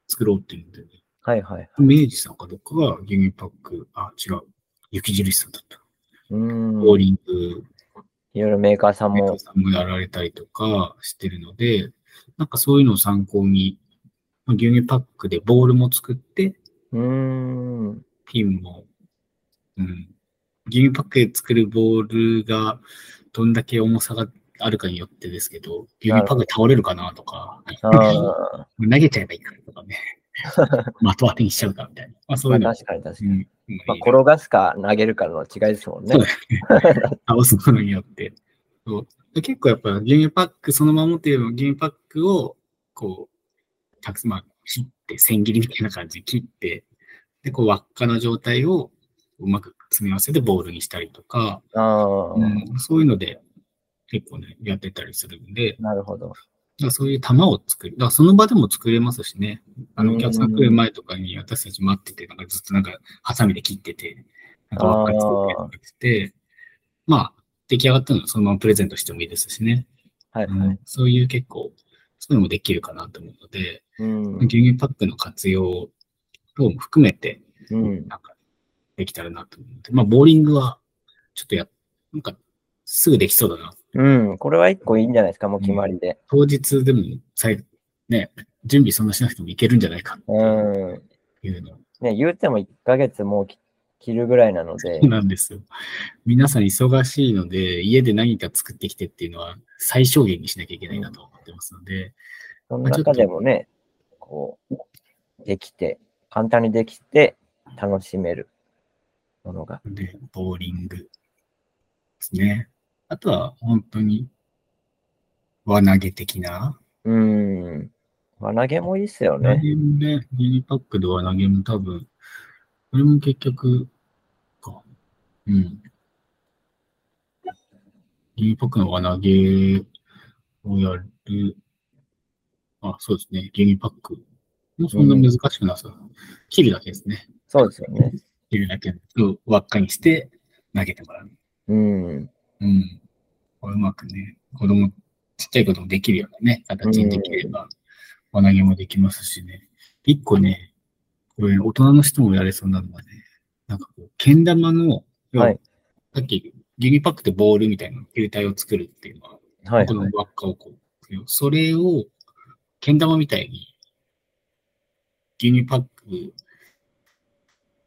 Speaker 1: 作ろうっていうんで、ね、
Speaker 2: はいはい。
Speaker 1: 明治さんかどっかが牛乳パック、あ、違う、雪印さんだった。
Speaker 2: うん。
Speaker 1: ボーリング
Speaker 2: いろいろメーカーさん
Speaker 1: メーカー
Speaker 2: も。
Speaker 1: さんもやられたりとかしてるので、なんかそういうのを参考に、牛乳パックでボールも作って、
Speaker 2: うん。
Speaker 1: ピンも、うん。牛乳パックで作るボールが、どんだけ重さがあるかによってですけど、牛乳パックで倒れるかなとか、
Speaker 2: ああ。
Speaker 1: 投げちゃえばいいかなとか ね。まと当てにしちゃうかみたいな。まあそう
Speaker 2: ま
Speaker 1: いう
Speaker 2: あ
Speaker 1: の。
Speaker 2: 確かに確か
Speaker 1: う
Speaker 2: に。
Speaker 1: ん。
Speaker 2: まあ、転がすか投げるかの違いですもんね
Speaker 1: そう。倒すことによって。そうで結構やっぱ牛乳パックそのまま持っていれば牛乳パックをこう、たくさん、まあ、切って、千切りみたいな感じで切って、で、こう輪っかの状態をうまく詰め合わせてボールにしたりとか、
Speaker 2: ああ、
Speaker 1: うん、そういうので結構ね、やってたりするんで、だか
Speaker 2: なるほど。
Speaker 1: らそういう玉を作る。だからその場でも作れますしね。あの、お客さん来る前とかに私たち待ってて、なんかずっとなんか、ハサミで切ってて、なんか輪っか作ってとかしてて、まあ、出来上がったのをそのままプレゼントしてもいいですしね。
Speaker 2: はいは
Speaker 1: う
Speaker 2: い
Speaker 1: ん。そういう結構、そういうのもできるかなと思うので、
Speaker 2: うん。
Speaker 1: 牛乳パックの活用等も含めて、
Speaker 2: うん。
Speaker 1: なんか、できたらなと思うので、まあ、ボーリングは、ちょっとや、なんか、すぐできそうだな
Speaker 2: うん。これは一個いいんじゃないですか、もう決まりで。
Speaker 1: 当日でもさい、ね、準備そんなしなくてもいけるんじゃないかって
Speaker 2: うん。
Speaker 1: いうの
Speaker 2: ね、言うても1ヶ月もうき切るぐらいなので、
Speaker 1: なんですよ。皆さん忙しいので、家で何か作ってきてっていうのは最小限にしなきゃいけないなと思ってますので、
Speaker 2: その
Speaker 1: まあちょっと
Speaker 2: 中でもね、こう、できて、簡単にできて、楽しめるものが。
Speaker 1: でボーリングですね。あとは本当に輪投げ的な。
Speaker 2: うん。輪投げもいいっすよ
Speaker 1: 輪投
Speaker 2: ね。
Speaker 1: げもね、ユニパックで輪投げも多分、これも結局、か。うん。ユニパックの輪投げをやる。あ、そうですね。ユニパック。もうそんな難しくなさそう。切るだけですね。
Speaker 2: そうですよね。
Speaker 1: 切るだけを輪っかにして投げてもらう。
Speaker 2: うん。
Speaker 1: うん。これうまくね、子供、ちっちゃい子供できるようなね、形にできれば、輪投げもできますしね。一個ね、これ大人の人もやれそうなのはね、なんかこう、けん玉の、
Speaker 2: はい
Speaker 1: さっき牛乳パックってボールみたいな球体を作るっていうのは、
Speaker 2: はい
Speaker 1: こ。の輪っかをこう、それを、けん玉みたいに、牛乳パック、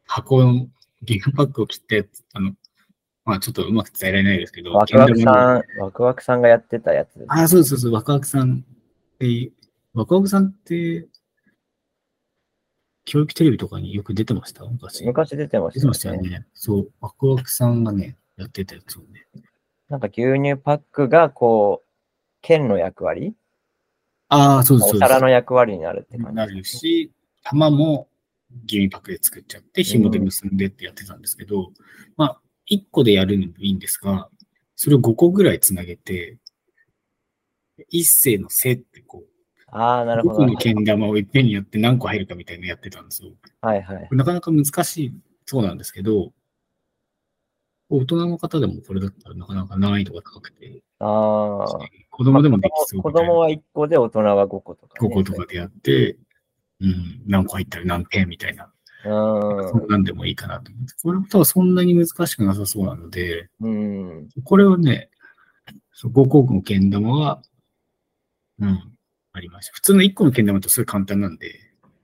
Speaker 1: 箱の、牛乳パックを切ったやつ、あの、まあちょっとうまく伝えられないですけど、
Speaker 2: ワクワク
Speaker 1: けん玉の
Speaker 2: さん、ワクワクさんがやってたやつです。
Speaker 1: あ、そうそうそう、ワクワクさんっていう、ワクワクさんって、教育テレビとかによく出てました昔。
Speaker 2: 昔出てま
Speaker 1: 出てま
Speaker 2: し
Speaker 1: した
Speaker 2: た
Speaker 1: よ
Speaker 2: よね。
Speaker 1: ね。そう、ワクワクさんがね、やってたやつをね。
Speaker 2: なんか牛乳パックがこう、剣の役割
Speaker 1: ああ、そうです
Speaker 2: お
Speaker 1: そうです
Speaker 2: 皿の役割になるって感じ。
Speaker 1: なるし、玉も牛乳パックで作っちゃって、紐で結んでってやってたんですけど、まあ、1個でやるのもいいんですが、それを5個ぐらいつなげて、一斉のせってこ
Speaker 2: ああ、
Speaker 1: う、
Speaker 2: なる
Speaker 1: 5
Speaker 2: ほど。
Speaker 1: 個
Speaker 2: は
Speaker 1: の
Speaker 2: い
Speaker 1: けん玉をいっぺんにやって何個入るかみたいなのやってたんですよ。
Speaker 2: はい。
Speaker 1: なかなか難しいそうなんですけど、大人の方でもこれだったらなかなか難易度が高くて、
Speaker 2: ああ。
Speaker 1: 子供でも
Speaker 2: ま
Speaker 1: でき
Speaker 2: あ
Speaker 1: そう
Speaker 2: 子供子
Speaker 1: みたいな
Speaker 2: 供は1個で大人は5個とか、ね。
Speaker 1: 5個とかでやって、うん、何個入ったら何点みたいな。そんなんでもいいかなと思って。これも多分そんなに難しくなさそうなので、
Speaker 2: うん。うん。
Speaker 1: これをね、そう5個のけん玉は、うん、ありました。普通の1個のけん玉ってすごい簡単なんで、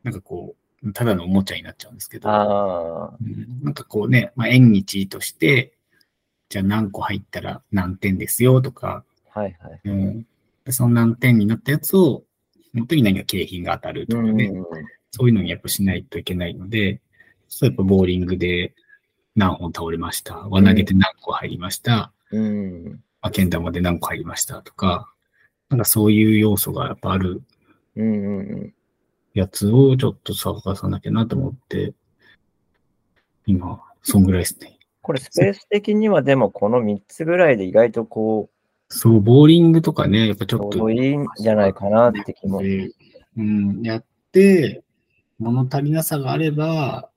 Speaker 1: なんかこう、ただのおもちゃになっちゃうんですけど、
Speaker 2: ああ。
Speaker 1: うんなんかこうね、まあ、縁日として、じゃあ何個入ったら何点ですよとか、
Speaker 2: はいはい。
Speaker 1: うん、でその何点になったやつを、本当に何か景品が当たると
Speaker 2: う
Speaker 1: か
Speaker 2: ん
Speaker 1: ね、そういうのにやっぱしないといけないので、そうやっぱボーリングで何本倒れました、輪投げで何個入りました、
Speaker 2: うん。
Speaker 1: まあけん玉で何個入りましたとか、なんかそういう要素がやっぱある
Speaker 2: うんうんうん。
Speaker 1: やつをちょっと探さなきゃなと思って、今、そんぐらいですね。
Speaker 2: これスペース的にはでもこの3つぐらいで意外とこ
Speaker 1: そう、ボーリングとかね、やっぱち
Speaker 2: う、ち
Speaker 1: ょ
Speaker 2: ょ
Speaker 1: っ
Speaker 2: う
Speaker 1: と。
Speaker 2: どいいんじゃないかなって気も。
Speaker 1: でうん、やって、物足りなさがあれば、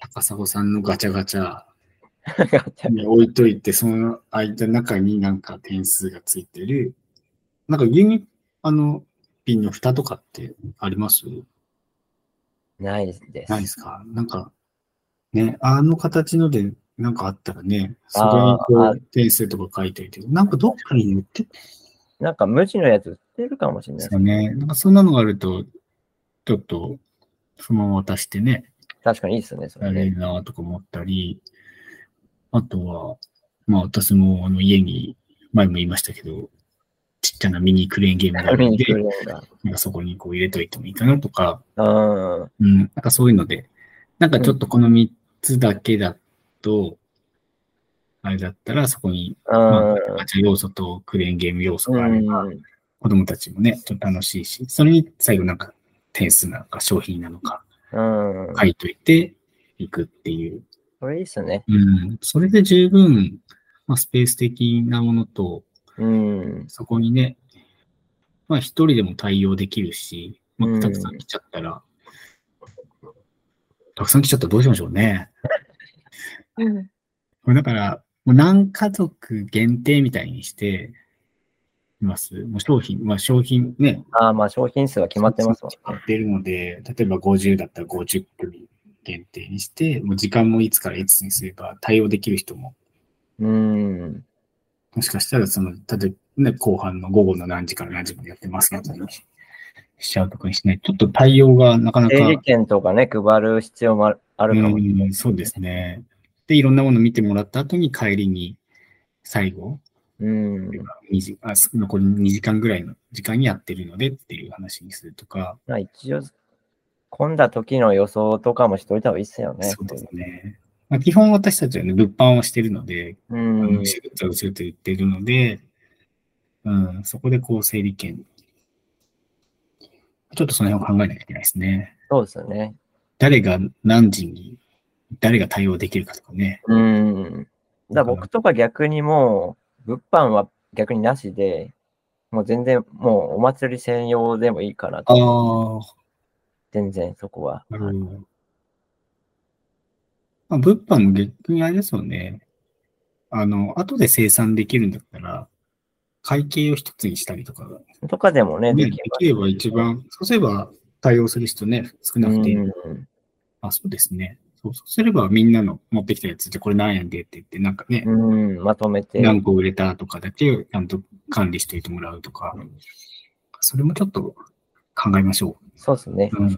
Speaker 1: 高砂さんのガチャガチャに置いといて、その間中になんか点数がついてる。なんか牛乳、あの、瓶の蓋とかってあります
Speaker 2: ないです。
Speaker 1: ないですかなんか、ね、あの形ので、なんかあったらね、そこに
Speaker 2: あー
Speaker 1: こ
Speaker 2: あ
Speaker 1: う、点数とか書いておいて、なんかどっかに塗って
Speaker 2: なんか無地のやつ売ってるかもしれ
Speaker 1: で
Speaker 2: な
Speaker 1: す
Speaker 2: い
Speaker 1: か。ね。なんかそんなのがあると、ちょっと、そのまま渡してね、
Speaker 2: 確かにいいですね、そ
Speaker 1: や
Speaker 2: れ
Speaker 1: れ
Speaker 2: ね。
Speaker 1: るなとか思ったり、あとは、まあ私もあの家に、前も言いましたけど、ちっちゃなミニクレーンゲームがある
Speaker 2: 見
Speaker 1: ん
Speaker 2: に
Speaker 1: で
Speaker 2: 来、る の
Speaker 1: なんかそこにこう入れといてもいいかなとか、
Speaker 2: が。うん。
Speaker 1: うん、なんかそういうので、なんかちょっとこの3つだけだと、あれだったらそこに、まあ、ガチャ要素とクレーンゲーム要素
Speaker 2: う
Speaker 1: があれば、
Speaker 2: ん。
Speaker 1: 子供たちもね、ちょっと楽しいし、それに最後なんか点数なのか商品なのか
Speaker 2: うん。
Speaker 1: 書いといていくっていう
Speaker 2: これいいっすね。
Speaker 1: うん、それで十分、まあ、スペース的なものと、
Speaker 2: うん。
Speaker 1: そこにね、まあ、一人でも対応できるし、ま
Speaker 2: う
Speaker 1: あ、
Speaker 2: ん
Speaker 1: たくさん来ちゃったら、たくさん来ちゃったらどうしましょうね。これだから、もう何家族限定みたいにしています。もう商品、まあ、商品ね、
Speaker 2: ああ、まあ商品数は決まってますもん
Speaker 1: 決まってるので、例えば50だったら50組限定にして、もう時間もいつからいつにすれば対応できる人も
Speaker 2: うん。
Speaker 1: もしかしたら、その、例えば、ね、後半の午後の何時から何時までやってますみたいなしちゃうとかにしない。ちょっと対応がなかなか、
Speaker 2: 整理券とかね、配る必要もあるあるかも。
Speaker 1: うん、そうですね。で、いろんなもの見てもらった後に帰りに、最後、
Speaker 2: うん。
Speaker 1: 二時あす残り2時間ぐらいの時間にやってるのでっていう話にするとか、
Speaker 2: まあ一応、混んだ時の予想とかもしといた方がいいっすよね。
Speaker 1: そうですね。まあ、基本私たちはね、物販をしてるので、
Speaker 2: う
Speaker 1: あの
Speaker 2: ん。
Speaker 1: 後ろと後ろと言ってるので、うん、そこでこう整理券。ちょっとその辺を考えなきゃいけないですね。
Speaker 2: そうですよね。
Speaker 1: 誰が何時に、誰が対応できるかとかね。
Speaker 2: うん。だから僕とか逆にもう、物販は逆になしで、もう全然、もうお祭り専用でもいいかな
Speaker 1: ああ、
Speaker 2: と。全然そこは。
Speaker 1: なるほど。まあ、物販も逆にあれですよね。あの、後で生産できるんだったら、会計を一つにしたりとか、
Speaker 2: とかでもね、
Speaker 1: ね、
Speaker 2: で
Speaker 1: で
Speaker 2: きれば。
Speaker 1: きれば一番、そうすれば対応する人ね、少なくていい。
Speaker 2: うん
Speaker 1: あ、そうですね。そうそうすればみんなの持ってきたやつってこれ何円でって言って、なんかね、
Speaker 2: うん、まとめて。
Speaker 1: 何個売れたとかだけをちゃんと管理しておいてもらうとか、それもちょっと考えましょ
Speaker 2: そうですね。
Speaker 1: う。うん、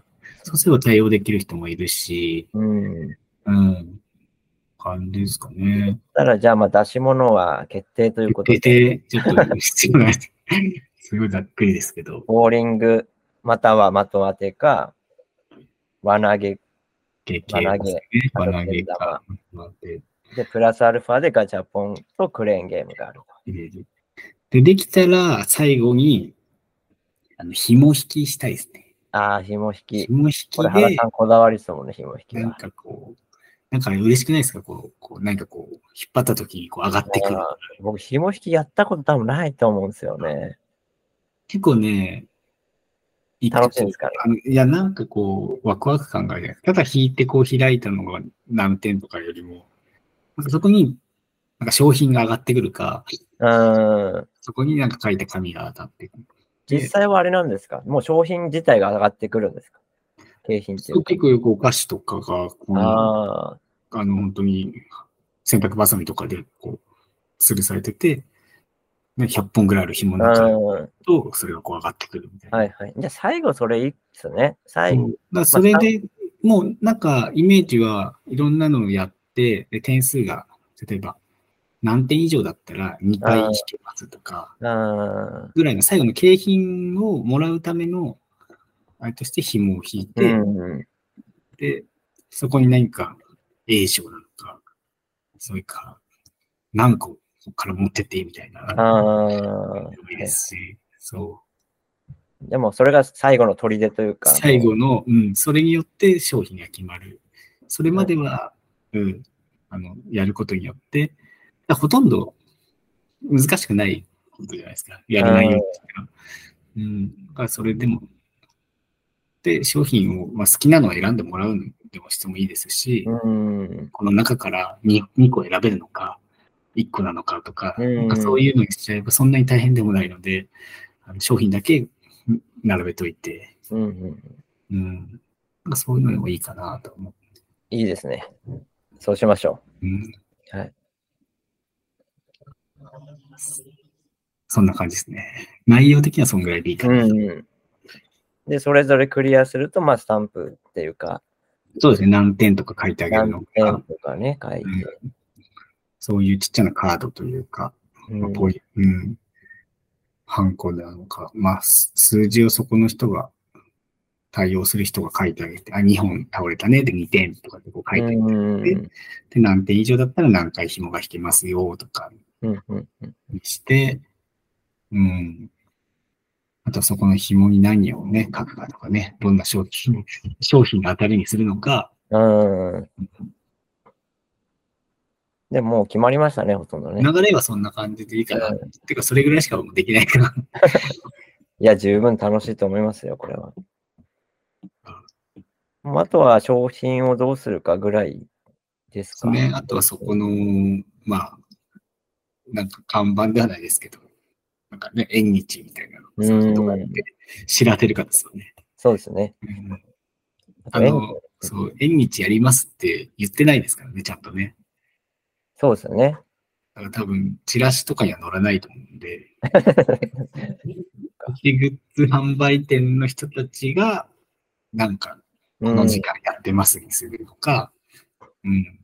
Speaker 1: そうすれば対応できる人もいるし、
Speaker 2: うん。
Speaker 1: うん。感じですかね。
Speaker 2: たら、じゃあ、まあ、出し物は決定ということ
Speaker 1: 出
Speaker 2: で、
Speaker 1: て、ちょっと必要ない。すごいざっくりですけど、
Speaker 2: ボーリング、または的当てか、輪投げ
Speaker 1: 経
Speaker 2: 輪
Speaker 1: 験
Speaker 2: 投
Speaker 1: で
Speaker 2: げ
Speaker 1: すね。
Speaker 2: あと
Speaker 1: 輪投げか、まで
Speaker 2: で、プラスアルファでガチャポンとクレーンゲームがあると。
Speaker 1: 入れる。で、できたら最後に、あの、紐引きしたいですね。
Speaker 2: ああ、紐引き。
Speaker 1: 紐引き
Speaker 2: これ原
Speaker 1: で
Speaker 2: さ、んこだわりそうもんね、紐引き
Speaker 1: なん
Speaker 2: は。
Speaker 1: かこう、なんか嬉しくないですかこう、こうなんかこう、引っ張った時にこう上がってくる
Speaker 2: いや。僕、紐引きやったこと多分ないと思うんですよね。
Speaker 1: 結構ね、いい
Speaker 2: 楽しいですかね
Speaker 1: あのいや、なんかこう、ワクワク感があるじゃないですか。ただ引いてこう開いたのが何点とかよりも、なんかそこに、なんか商品が上がってくるか、
Speaker 2: うん。
Speaker 1: そこになんか書いた紙が当たってくる。
Speaker 2: 実際はあれなんですかもう商品自体が上がってくるんですか景品っていうか
Speaker 1: 結構よくお菓子とかが、こう
Speaker 2: ああ、
Speaker 1: あの、本当に、洗濯バサミとかで、こう、吊るされてて、ね、100本ぐらいある紐
Speaker 2: う
Speaker 1: の中
Speaker 2: ん。は
Speaker 1: と、それがこう上がってくるみたいな。
Speaker 2: いはい。じゃあ最後それいいっすね。最
Speaker 1: そう
Speaker 2: 後。
Speaker 1: だからそれで、もうなんか、イメージはいろんなのをやって、で、点数が、例えば、何点以上だったら2回引けますとか、
Speaker 2: うん。
Speaker 1: ぐらいの最後の景品をもらうための、あれとして紐を引いて、
Speaker 2: うん。
Speaker 1: で、そこに何か A 賞なのか、それか、何個から持ってっていいみたいな。
Speaker 2: あ
Speaker 1: でもいいですし、そ
Speaker 2: でもそれが最後の砦という
Speaker 1: う。
Speaker 2: か。
Speaker 1: 最後の、うん、それによって商品が決まる。それまでは、うん、あの、やることによって、ほとんど難しくないことじゃないですか。やらないようにしたらうん、だからそれでも、で、商品を、まあ、好きなのを選んでもらうのでもしてもいいですし、
Speaker 2: うん。
Speaker 1: この中から 2, 2個選べるのか、1個なのかとか、
Speaker 2: うん
Speaker 1: なんかそういうのにしちゃえばそんなに大変でもないので、あの商品だけん並べといて、
Speaker 2: うんうん、
Speaker 1: うん、なんかそういうのでもいいかなと思
Speaker 2: いいですね。そうしましょ
Speaker 1: う。うん、
Speaker 2: う。はい。
Speaker 1: そんな感じですね。内容的にはそんぐらいでいいか
Speaker 2: う
Speaker 1: な。
Speaker 2: んうん。で、それぞれクリアすると、まあ、スタンプっていうか、
Speaker 1: そうですね、何点とか書いてあげるの
Speaker 2: 何点
Speaker 1: か、
Speaker 2: とかね、書いて。
Speaker 1: そういうちっちゃなカードというか、
Speaker 2: うん
Speaker 1: まあこういう、うん、ハンコなのか、まあ、す数字をそこの人が、対応する人が書いてあげて、あ、2本倒れたね、で2点とかでこう書いてあげて、
Speaker 2: うん
Speaker 1: で、何点以上だったら何回紐が引けますよとか
Speaker 2: うんうんうん
Speaker 1: にして、うん。あとそこの紐に何をね、書くかとかね、どんな商品、商品が当たりにするのか、
Speaker 2: うん。でも、もう決まりましたね、ほとんどね。
Speaker 1: 流れはそんな感じでいいかな。
Speaker 2: う
Speaker 1: てか、それぐらいしかもうできないから。
Speaker 2: いや、十分楽しいと思いますよ、これは。もうあとは商品をどうするかぐらいですか。
Speaker 1: ね、あとはそこの、まあ、なんか看板ではないですけど、なんかね、縁日みたいなの
Speaker 2: うん
Speaker 1: そういうとかって知られるかですよね。
Speaker 2: そうですね。
Speaker 1: うん
Speaker 2: あ
Speaker 1: あ
Speaker 2: と
Speaker 1: の、そう、縁日やりますって言ってないですからね、ちゃんとね。
Speaker 2: そうですよね。
Speaker 1: だから多分、チラシとかには載らないと思うん で、でグッズ販売店の人たちが、なんか、この時間やってますにするのか、うん。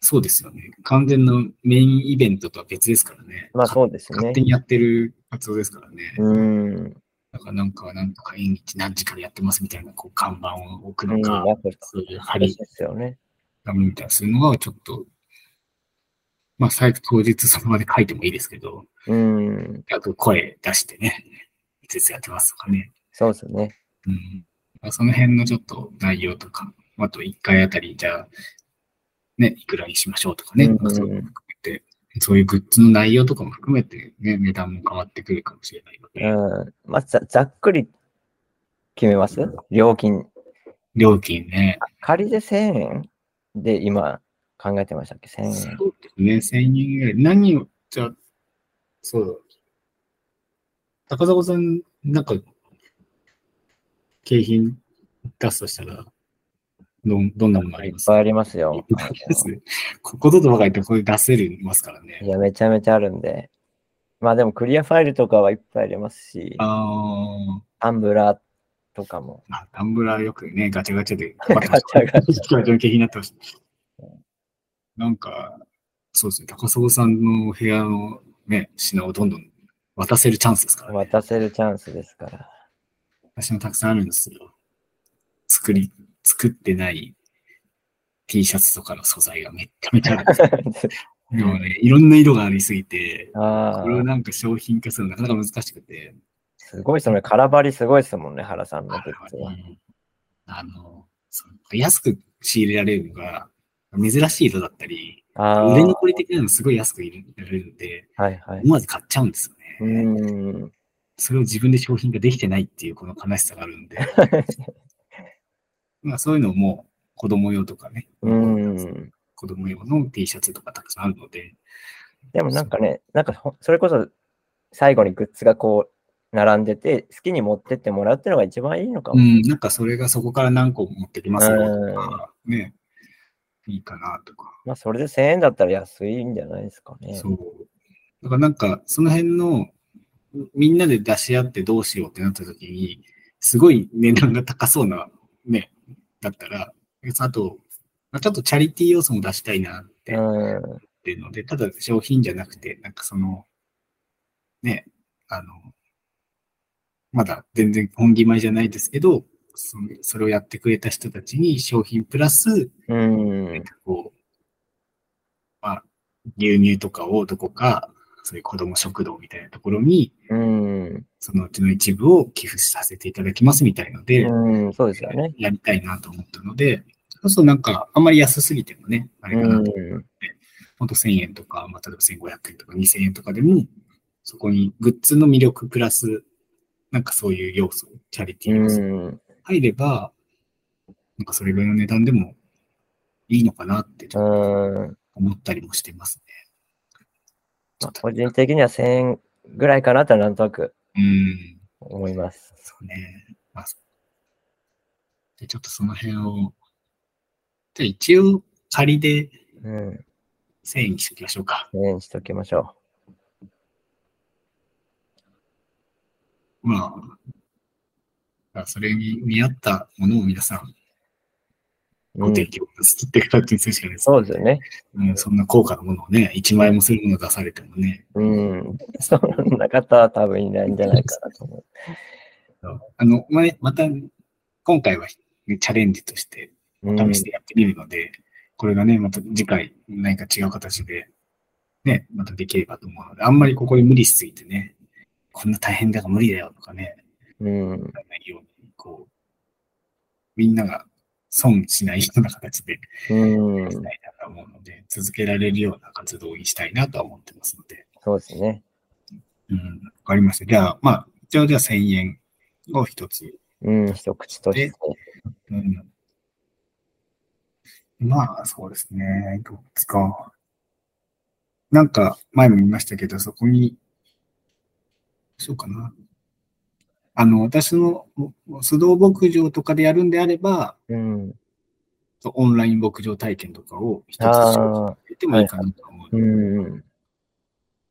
Speaker 1: そうですよね。完全のメインイベントとは別ですからね。
Speaker 2: まあそうですね
Speaker 1: 勝手。にやってる活動ですからね。
Speaker 2: うん。うん
Speaker 1: だからなんか、なんとか縁日何時からやってますみたいなこう看板を置く
Speaker 2: や
Speaker 1: の
Speaker 2: っ
Speaker 1: か、
Speaker 2: ぱり
Speaker 1: そういう
Speaker 2: そ
Speaker 1: 張
Speaker 2: うで
Speaker 1: り
Speaker 2: すよね。
Speaker 1: 紙みたいなするのはちょっと、まあ、最悪当日その場で書いてもいいですけど、
Speaker 2: うん。
Speaker 1: あと声出してね、いついつやってますとかね。
Speaker 2: そうですね。
Speaker 1: うん。その辺のちょっと内容とか、あと1回あたり、じゃあ、ね、いくらにしましょうとかね、
Speaker 2: うん
Speaker 1: なんかそういうのも含めて、そういうグッズの内容とかも含めて、ね、値段も変わってくるかもしれないので、
Speaker 2: うん。まあざざっくり決めます料金。
Speaker 1: 料金ね、
Speaker 2: 仮で1000円で今考えてましたっけ ?1000 円。
Speaker 1: そうですね、1000人ぐらい。何を、じゃあ、そうだ。高砂さん、なんか、景品出すとしたら、どんどんなものあ
Speaker 2: い
Speaker 1: り
Speaker 2: っ
Speaker 1: ます
Speaker 2: ぱいありますよ。
Speaker 1: ここととばかりとこれ出せるますから
Speaker 2: い
Speaker 1: ね。
Speaker 2: や、めちゃめちゃあるんで。まあでもクリアファイルとかはいっぱいありますし、
Speaker 1: あ
Speaker 2: タンブラーとかも。
Speaker 1: あ、タンブラーよくね、ガチャガチャで、
Speaker 2: ガチャガチャ
Speaker 1: ガチャの景品になってました。なんか、そうですね、高砂さんの部屋のね、品をどんどん渡せるチャンスですから、ね、
Speaker 2: 渡せるチャンスですから。
Speaker 1: 私もたくさんあるんですよ。作り、作ってない T シャツとかの素材がめっちゃめち ゃあるんですよ。でもね、いろんな色がありすぎて、
Speaker 2: あ
Speaker 1: これを
Speaker 2: あ、
Speaker 1: なんか商品化するのなかなか難しくて、
Speaker 2: すごいその空張りすごいですもんね、原さんの
Speaker 1: あ
Speaker 2: グッズは。
Speaker 1: あの、その安く仕入れられるのが、珍しい色だったり、
Speaker 2: ああ
Speaker 1: 売れ
Speaker 2: ー、
Speaker 1: 残り的なのすごい安く入れられるので、
Speaker 2: はいはい。
Speaker 1: 思わず買っちゃうんですよ
Speaker 2: う
Speaker 1: ね。
Speaker 2: ーん。
Speaker 1: それを自分で商品ができてないっていうこの悲しさがあるんで、 まあそういうのも子供用とかね、
Speaker 2: うーん。
Speaker 1: 子供用の T シャツとかたくさんあるので、
Speaker 2: でもなんかね、なんかほそれこそ最後にグッズがこう、並んでて、好きに持ってってもらうっていうのが一番いいのか
Speaker 1: う
Speaker 2: も。
Speaker 1: ん、なんかそれがそこから何個持ってきますよとか、ね、いいかなとか。
Speaker 2: まあ、それで1000円だったら安いんじゃないですかね。
Speaker 1: そう。だからなんか、その辺の、みんなで出し合ってどうしようってなった時に、すごい値段が高そうな、ね、だったら、あと、まあちょっとチャリティー要素も出したいなって思っ
Speaker 2: うん。
Speaker 1: てるので、ただ商品じゃなくて、なんかその、ね、あの、まだ全然本気前じゃないですけど、そのそれをやってくれた人たちに商品プラス
Speaker 2: うん。
Speaker 1: こう、まあ、牛乳とかをどこか、そういう子供食堂みたいなところに、
Speaker 2: うん。
Speaker 1: そのうちの一部を寄付させていただきますみたいので、
Speaker 2: うん。そうですよね。
Speaker 1: やりたいなと思ったので、そうするとなんか、あんまり安すぎてもね、あれ
Speaker 2: う
Speaker 1: かなと。
Speaker 2: ん。
Speaker 1: ほんと1000円とか、まあ、例えば1500円とか2000円とかでも、そこにグッズの魅力プラス、なんかそういう要素、チャリティー要素
Speaker 2: うん。
Speaker 1: 入れば、なんかそれぐらいの値段でもいいのかなってちょっと
Speaker 2: うん。
Speaker 1: 思ったりもしてますね。
Speaker 2: まあ個人的には1000円ぐらいかなとはなんとなく
Speaker 1: うん。
Speaker 2: 思います。
Speaker 1: そうね。まあ、でちょっとその辺を、じゃあ一応仮で
Speaker 2: うん。
Speaker 1: 1000円にしておきましょうか。
Speaker 2: 1000円にしときましょ
Speaker 1: まあ、まあそれに見合ったものを皆さん
Speaker 2: う。
Speaker 1: ご
Speaker 2: うん
Speaker 1: 提供するって形にするしかないです、
Speaker 2: そうですよね。
Speaker 1: うん。そんな高価なものをね、1万円もするものを出されてもね、
Speaker 2: うん。そんな方は多分いないんじゃないかなと思う。
Speaker 1: あの、ままた、今回はねチャレンジとして
Speaker 2: うん、
Speaker 1: 試してやってみるので、これがね、また次回何か違う形で、ね、またできればと思うので、あんまりここに無理しすぎてね、こんな大変だから無理だよとかね、
Speaker 2: うん。
Speaker 1: ならないように、こう、みんなが損しないような形で
Speaker 2: う
Speaker 1: やり
Speaker 2: ん。
Speaker 1: たいなと思うので、続けられるような活動にしたいなとは思ってますので。
Speaker 2: そうですね。
Speaker 1: うん、わかりました。じゃあ、まあ、一応じゃあ1000円を一つ
Speaker 2: うん。一口として。
Speaker 1: うんまあ、そうですね。どっちか。なんか、前も言いましたけど、そこに、そうかな。あの、私の須藤牧場とかでやるんであれば、
Speaker 2: うん。
Speaker 1: そうオンライン牧場体験とかを一つ
Speaker 2: ああ。
Speaker 1: してもいいかなと思う。
Speaker 2: うん。
Speaker 1: そう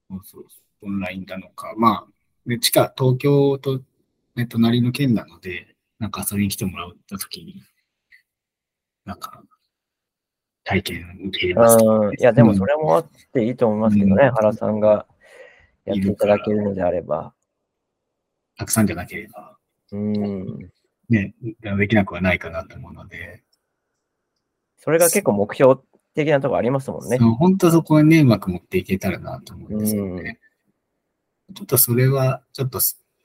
Speaker 1: そうそうオンラインなのか。まあ、で、地下、東京と、ね、隣の県なので、なんか遊びに来てもらったときに、なんか、体験受け入れますとか
Speaker 2: うん
Speaker 1: ね
Speaker 2: いや、でもそれもあっていいと思いますけどね、
Speaker 1: うん
Speaker 2: 原さんがやっていただけるのであれば。
Speaker 1: たくさんじゃなければ、
Speaker 2: うん。
Speaker 1: ね、できなくはないかなと思うので、
Speaker 2: それが結構目標的なところありますもんね
Speaker 1: そ。の本当はそこはね、うまく持っていけたらなと思うんですよね。ちょっとそれは、ちょっと、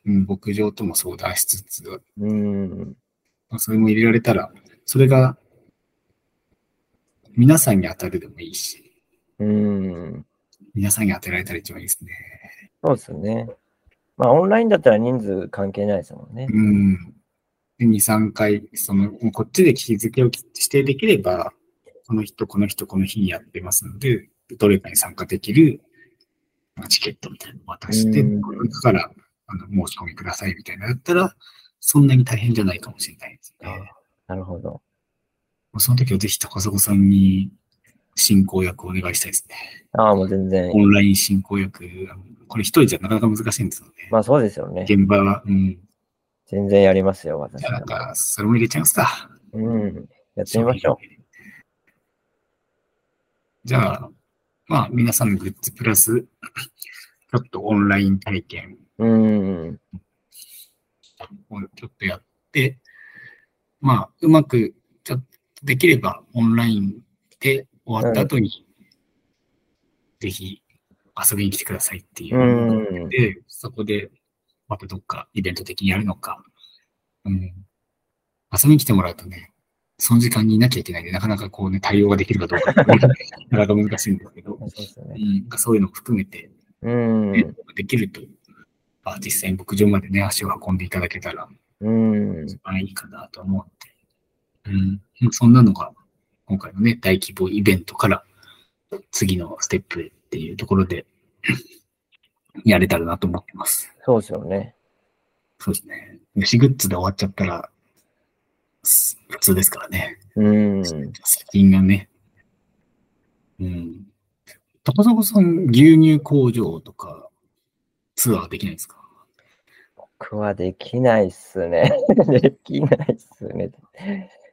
Speaker 1: うん牧場とも相談しつつ、
Speaker 2: うん。
Speaker 1: まあ、それも入れられたら、それが、皆さんに当たるでもいいし、
Speaker 2: うん。
Speaker 1: 皆さんに当てられたら一番いいですね。
Speaker 2: そうですね。まあ、オンラインだったら人数関係ないですもんね。
Speaker 1: うん。で、2、3回、その、こっちで日付を指定できれば、この人、この人、この日にやってますので、どれかに参加できる、まあ、チケットみたいなのを渡して、
Speaker 2: うん
Speaker 1: この中からあの申し込みくださいみたいなのだったら、そんなに大変じゃないかもしれないですね。
Speaker 2: なるほど。
Speaker 1: その時はぜひ高砂さんに進行役をお願いしたいですね。
Speaker 2: ああ、もう全然
Speaker 1: オ。ンライン進行役、あのこれ一人じゃなかなか難しいんですよね。
Speaker 2: まあそうですよね。
Speaker 1: 現場は、うん。
Speaker 2: 全然やりますよ、私
Speaker 1: じゃあなん
Speaker 2: は。
Speaker 1: か、それも入れちゃいますか。
Speaker 2: うん。やってみましょう。
Speaker 1: じゃあ、まあ、皆さんのグッズプラス、ちょっとオンライン体験
Speaker 2: うん。
Speaker 1: をちょっとやって、まあ、うまく、ちょっとできればオンラインで終わった後に、ぜひ遊びに来てくださいっていうう。
Speaker 2: ん。
Speaker 1: で、そこで、またどっかイベント的にやるのか。うん。遊びに来てもらうとね、その時間にいなきゃいけないんで、なかなかこうね、対応が できるかどうかってね、なかなか難しいんですけど、
Speaker 2: そうですよ
Speaker 1: う
Speaker 2: ね。
Speaker 1: ん、そういうのも含めて、
Speaker 2: うん。
Speaker 1: できると、まあ、実際に牧場までね、足を運んでいただけたら、
Speaker 2: うん。
Speaker 1: 一番いいかなと思って。うん。まあそんなのが、今回のね、大規模イベントから、次のステップへっていうところで、やれたらなと思ってます。
Speaker 2: そうですよね。
Speaker 1: そうですね。虫グッズで終わっちゃったら、す普通ですからね。
Speaker 2: うん。
Speaker 1: 作品がね。うん。高砂さん、牛乳工場とか、ツアーできないですか
Speaker 2: 僕はできないっすね。 できないっすね。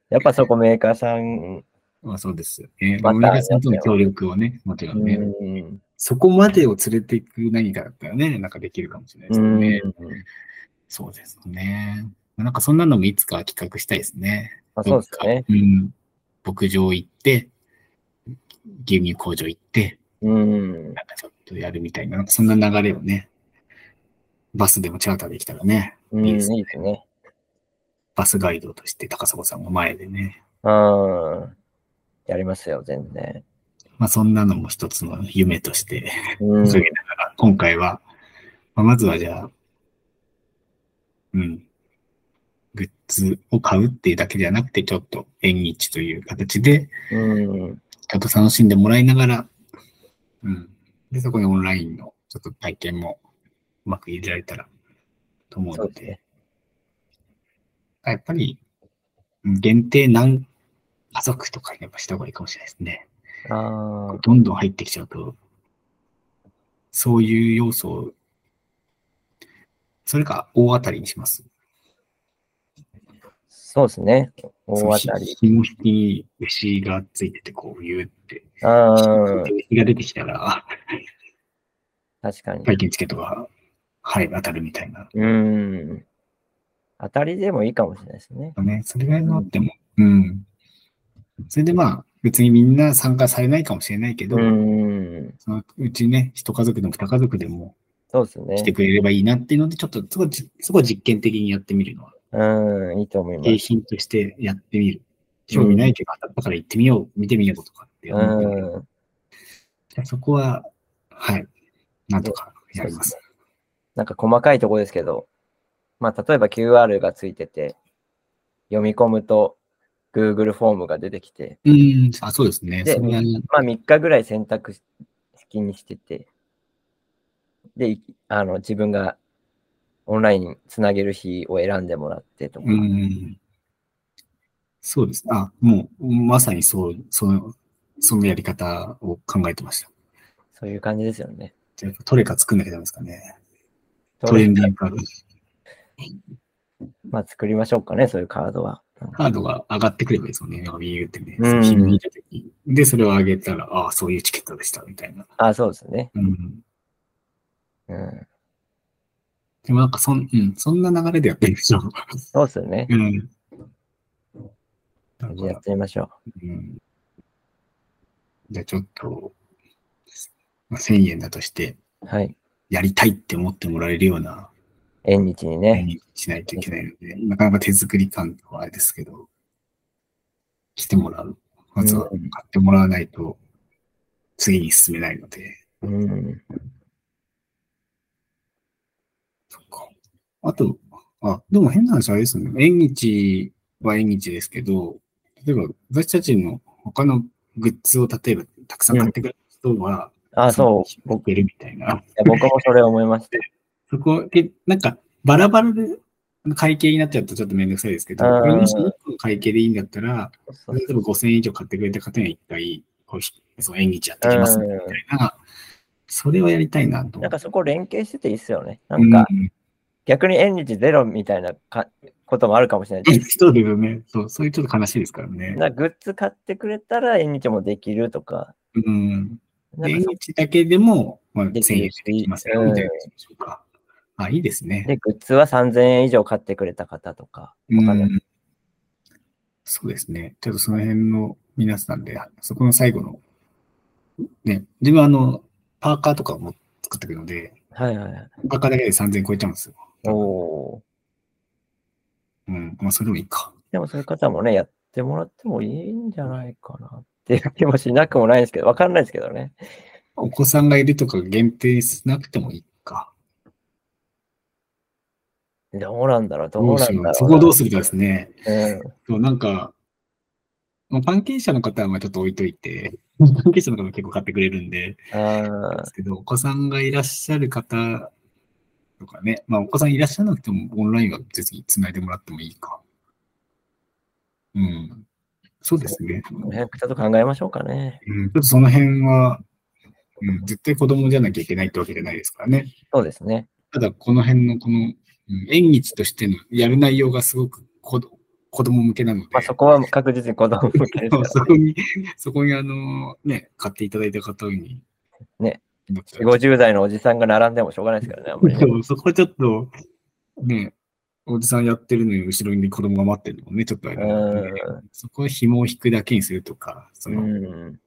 Speaker 2: やっぱそこメーカーさん。
Speaker 1: まあそうですよね。
Speaker 2: ま
Speaker 1: ま
Speaker 2: た
Speaker 1: 村さんとの協力をね、もちろんね、
Speaker 2: うん。
Speaker 1: そこまでを連れていく何かだったらね、なんかできるかもしれないですよね。
Speaker 2: うん
Speaker 1: そうですね。なんかそんなのもいつか企画したいですね。
Speaker 2: まあ、そうですよね。
Speaker 1: うん。牧場行って、牛乳工場行って、
Speaker 2: うん。
Speaker 1: なんかちょっとやるみたいな、なんかそんな流れをね、バスでもチャーターできたらね、
Speaker 2: うん、
Speaker 1: い
Speaker 2: い
Speaker 1: い
Speaker 2: い
Speaker 1: で
Speaker 2: ですす
Speaker 1: ね
Speaker 2: ね。
Speaker 1: バスガイドとして高砂さんが前でね、
Speaker 2: うん。やりますよ、全然。
Speaker 1: まあそんなのも一つの夢として、
Speaker 2: うん。
Speaker 1: 掲げながら、今回は、まあ、まずはじゃあ、うん、グッズを買うっていうだけじゃなくて、ちょっと縁日という形で、
Speaker 2: うん。
Speaker 1: ちょっと楽しんでもらいながら、うん、で、そこにオンラインのちょっと体験もうまく入れられたらと思う
Speaker 2: そ
Speaker 1: の
Speaker 2: うです
Speaker 1: で、
Speaker 2: ね。
Speaker 1: やっぱり、うん限定何家族とかにやっぱした方がいいかもしれないですね。
Speaker 2: ああ。
Speaker 1: どんどん入ってきちゃうと、そういう要素を、それか大当たりにします。
Speaker 2: そうですね。大当た
Speaker 1: そのひ
Speaker 2: り。
Speaker 1: 紐引きに牛がついてて、こう言うって。
Speaker 2: うん。
Speaker 1: 牛が出てきたら、
Speaker 2: 確かに。
Speaker 1: 体験チケットが、はい、当たるみたいな。
Speaker 2: うん。当たりでもいいかもしれないですね。
Speaker 1: ね、それぐらいのあっても、うん。それでまあ、別にみんな参加されないかもしれないけど、
Speaker 2: うん。
Speaker 1: そのうちね、一家族でも二家族でも
Speaker 2: そうです
Speaker 1: 来て
Speaker 2: ね。
Speaker 1: くれればいいなっていうので、ちょっとすごいじ、すごい実験的にやってみるのは
Speaker 2: うん。いいと思いま
Speaker 1: 景
Speaker 2: す。
Speaker 1: 品としてやってみる。興味ないけど、当たったから行ってみよう、見てみようとかって思ってる
Speaker 2: うん。
Speaker 1: そこは、はい、なんとかやります。
Speaker 2: なんか細かいところですけど、まあ、例えば QR がついてて、読み込むと Google フォームが出てきて、
Speaker 1: うん、あ、そうですね。
Speaker 2: で
Speaker 1: それはね
Speaker 2: まあ3日ぐらい選択式にしてて、で、いあの自分がオンラインにつなげる日を選んでもらってと
Speaker 1: う
Speaker 2: か、
Speaker 1: ん。そうです。あ、もう、まさにそう、その、そのやり方を考えてました。
Speaker 2: そういう感じですよね。
Speaker 1: じゃあトレカ作んなきゃダメですかね。トレンディーカード。
Speaker 2: まあ作りましょうかね、そういうカードは。
Speaker 1: カードが上がってくればいいですよね。なんかビーってね。
Speaker 2: うん
Speaker 1: その日に見た時にで、それを上げたら、ああ、そういうチケットでした、みたいな。
Speaker 2: あ、そうですね。
Speaker 1: うん。
Speaker 2: うん。
Speaker 1: でもなんかそん、うん、そんな流れでやってるでしょ。
Speaker 2: そうですね。
Speaker 1: うん。なん
Speaker 2: やっ
Speaker 1: か、
Speaker 2: てみましょ
Speaker 1: うん。じゃあちょっと、まあ、1000円だとして、
Speaker 2: う。はい。
Speaker 1: やりたいって思ってもらえるような、
Speaker 2: 縁日にね。
Speaker 1: にしないといけないので、なかなか手作り感とかはあれですけど、来てもらう。まずは買
Speaker 2: うん
Speaker 1: ってもらわないと、次に進めないので、
Speaker 2: うん。
Speaker 1: そっか。あと、あ、でも変な話あれですよね。縁日は縁日ですけど、例えば私たちの他のグッズを例えばたくさん買ってくれる人は、
Speaker 2: あ、そう。い
Speaker 1: 僕いるみたいな。
Speaker 2: や僕もそれ思いました。
Speaker 1: そこ、え、なんか、バラバラで会計になっちゃうとちょっとめんどくさいですけど、
Speaker 2: うん
Speaker 1: これもし1個会計でいいんだったら、
Speaker 2: そう
Speaker 1: 例えば5000円以上買ってくれた方には一回、こうひその縁日やってきますねみたいな、それをやりたいなと思っ
Speaker 2: なん
Speaker 1: て
Speaker 2: か。そこ連携してていいっすよね。なんか
Speaker 1: うん
Speaker 2: 逆に縁日ゼロみたいなかこともあるかもしれない。
Speaker 1: そうですよね。そう、そういうちょっと悲しいですからね。
Speaker 2: なんかグッズ買ってくれたら縁日もできるとか。
Speaker 1: うん。
Speaker 2: なん
Speaker 1: で、
Speaker 2: かそ
Speaker 1: 日だけでも、まあ、
Speaker 2: で
Speaker 1: 1000
Speaker 2: き
Speaker 1: 円で
Speaker 2: るし
Speaker 1: できますよ、みたいなでしょうか。あ、いいですね。
Speaker 2: で、グッズは3000円以上買ってくれた方とか。
Speaker 1: う
Speaker 2: かんない
Speaker 1: ん。そうですね。ちょっとその辺の皆さんで、そこの最後の、ね、自分はあの、パーカーとかも作ってくるので、
Speaker 2: はいはいはい。
Speaker 1: パーカーだけで3000超えちゃうんですよ。
Speaker 2: おお
Speaker 1: うん。まあ、それでもいいか。
Speaker 2: ー。でもそういう方もね、やってもらってもいいんじゃないかなっていう気もしなくもないですけど、わかんないですけどね。
Speaker 1: お子さんがいるとか限定しなくてもいいか。
Speaker 2: どうなんだろう、どう
Speaker 1: ど
Speaker 2: なん
Speaker 1: う
Speaker 2: だ
Speaker 1: し
Speaker 2: ろう
Speaker 1: よ
Speaker 2: な。
Speaker 1: う。そこをどうするかですね。
Speaker 2: うん
Speaker 1: そう、なんか、まあ、関係者の方はまあちょっと置いといて、関係者の方は結構買ってくれるんで、
Speaker 2: あ
Speaker 1: で
Speaker 2: ー
Speaker 1: すけど、お子さんがいらっしゃる方とかね、まあ、お子さんいらっしゃらなくても、オンラインは別に繋いでもらってもいいか。うん。そうですね。
Speaker 2: この辺ちょっと考えましょうかね。
Speaker 1: うん、ちょっとその辺は、うん、絶対子供じゃなきゃいけないってわけじゃないですからね。
Speaker 2: そうですね。
Speaker 1: ただ、この辺のこの、うん縁日としてのやる内容がすごく子ど子供向けなので。
Speaker 2: まあ、そこは確実に子供向けですか
Speaker 1: そう
Speaker 2: ら。
Speaker 1: そこに、そこにあの、ね、買っていただいた方に。
Speaker 2: ね。
Speaker 1: そ
Speaker 2: 50代のおじさんが並んでもしょうがないですからね、あんまりね。
Speaker 1: うそこはちょっと、ね、おじさんやってるのに後ろに子供が待ってるのもね、ちょっとあれなので、そこは紐を引くだけにするとか、そ
Speaker 2: うん
Speaker 1: の、うん、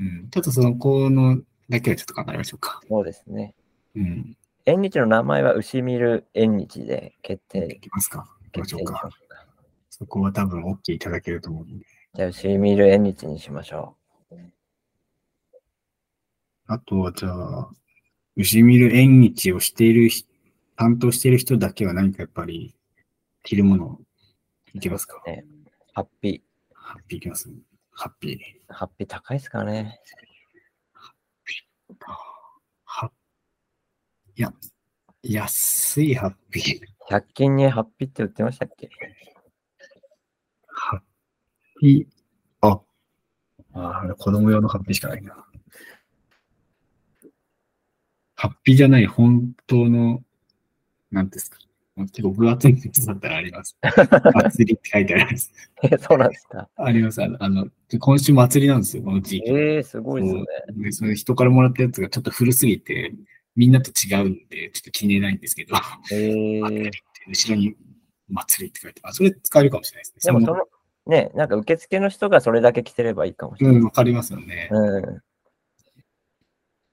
Speaker 2: うん、
Speaker 1: ちょっとその子のだけはちょっと考えましょうか。
Speaker 2: そうですね。
Speaker 1: うん。
Speaker 2: 縁日の名前は牛見る縁日で決
Speaker 1: い
Speaker 2: 定。
Speaker 1: きますか。行きま
Speaker 2: 決
Speaker 1: し
Speaker 2: 定
Speaker 1: ょ
Speaker 2: し
Speaker 1: う
Speaker 2: ましょ
Speaker 1: か。
Speaker 2: うか
Speaker 1: そこは多分 OK いただけると思うんで。
Speaker 2: じゃあ、牛見る縁日にしましょ
Speaker 1: あとはじゃあ、牛見る縁日をしている人、担当している人だけは何かやっぱり、着るもの、いけますか
Speaker 2: う。ね、ハッピ
Speaker 1: ハッピーいきますハッピー。
Speaker 2: ー。ハッピー高いですからね。
Speaker 1: は、いや、安いハッピー。
Speaker 2: 100均にハッピーって売ってましたっけ
Speaker 1: ハッピー。あ、
Speaker 2: あ
Speaker 1: あれ子供用のハッピーしかないな。ハッピーじゃない、本当の、なんていうんですか。もう結構分厚いやつだったらあります。祭りって書いてあります。
Speaker 2: ーそうなんですか。
Speaker 1: あります。あの、あの今週祭りなんですよ、この地域。
Speaker 2: ええすごいですね。
Speaker 1: でその人からもらったやつがちょっと古すぎて、みんなと違うんで、ちょっと気に入れないんですけど。
Speaker 2: ええ
Speaker 1: 祭りって、後ろに祭りって書いてある。あ、それ使えるかもしれないですね。
Speaker 2: でもそ
Speaker 1: の
Speaker 2: の、ね、なんか受付の人がそれだけ着てればいいかもしれ
Speaker 1: う
Speaker 2: ない。
Speaker 1: ん、わかりますよね。
Speaker 2: うん。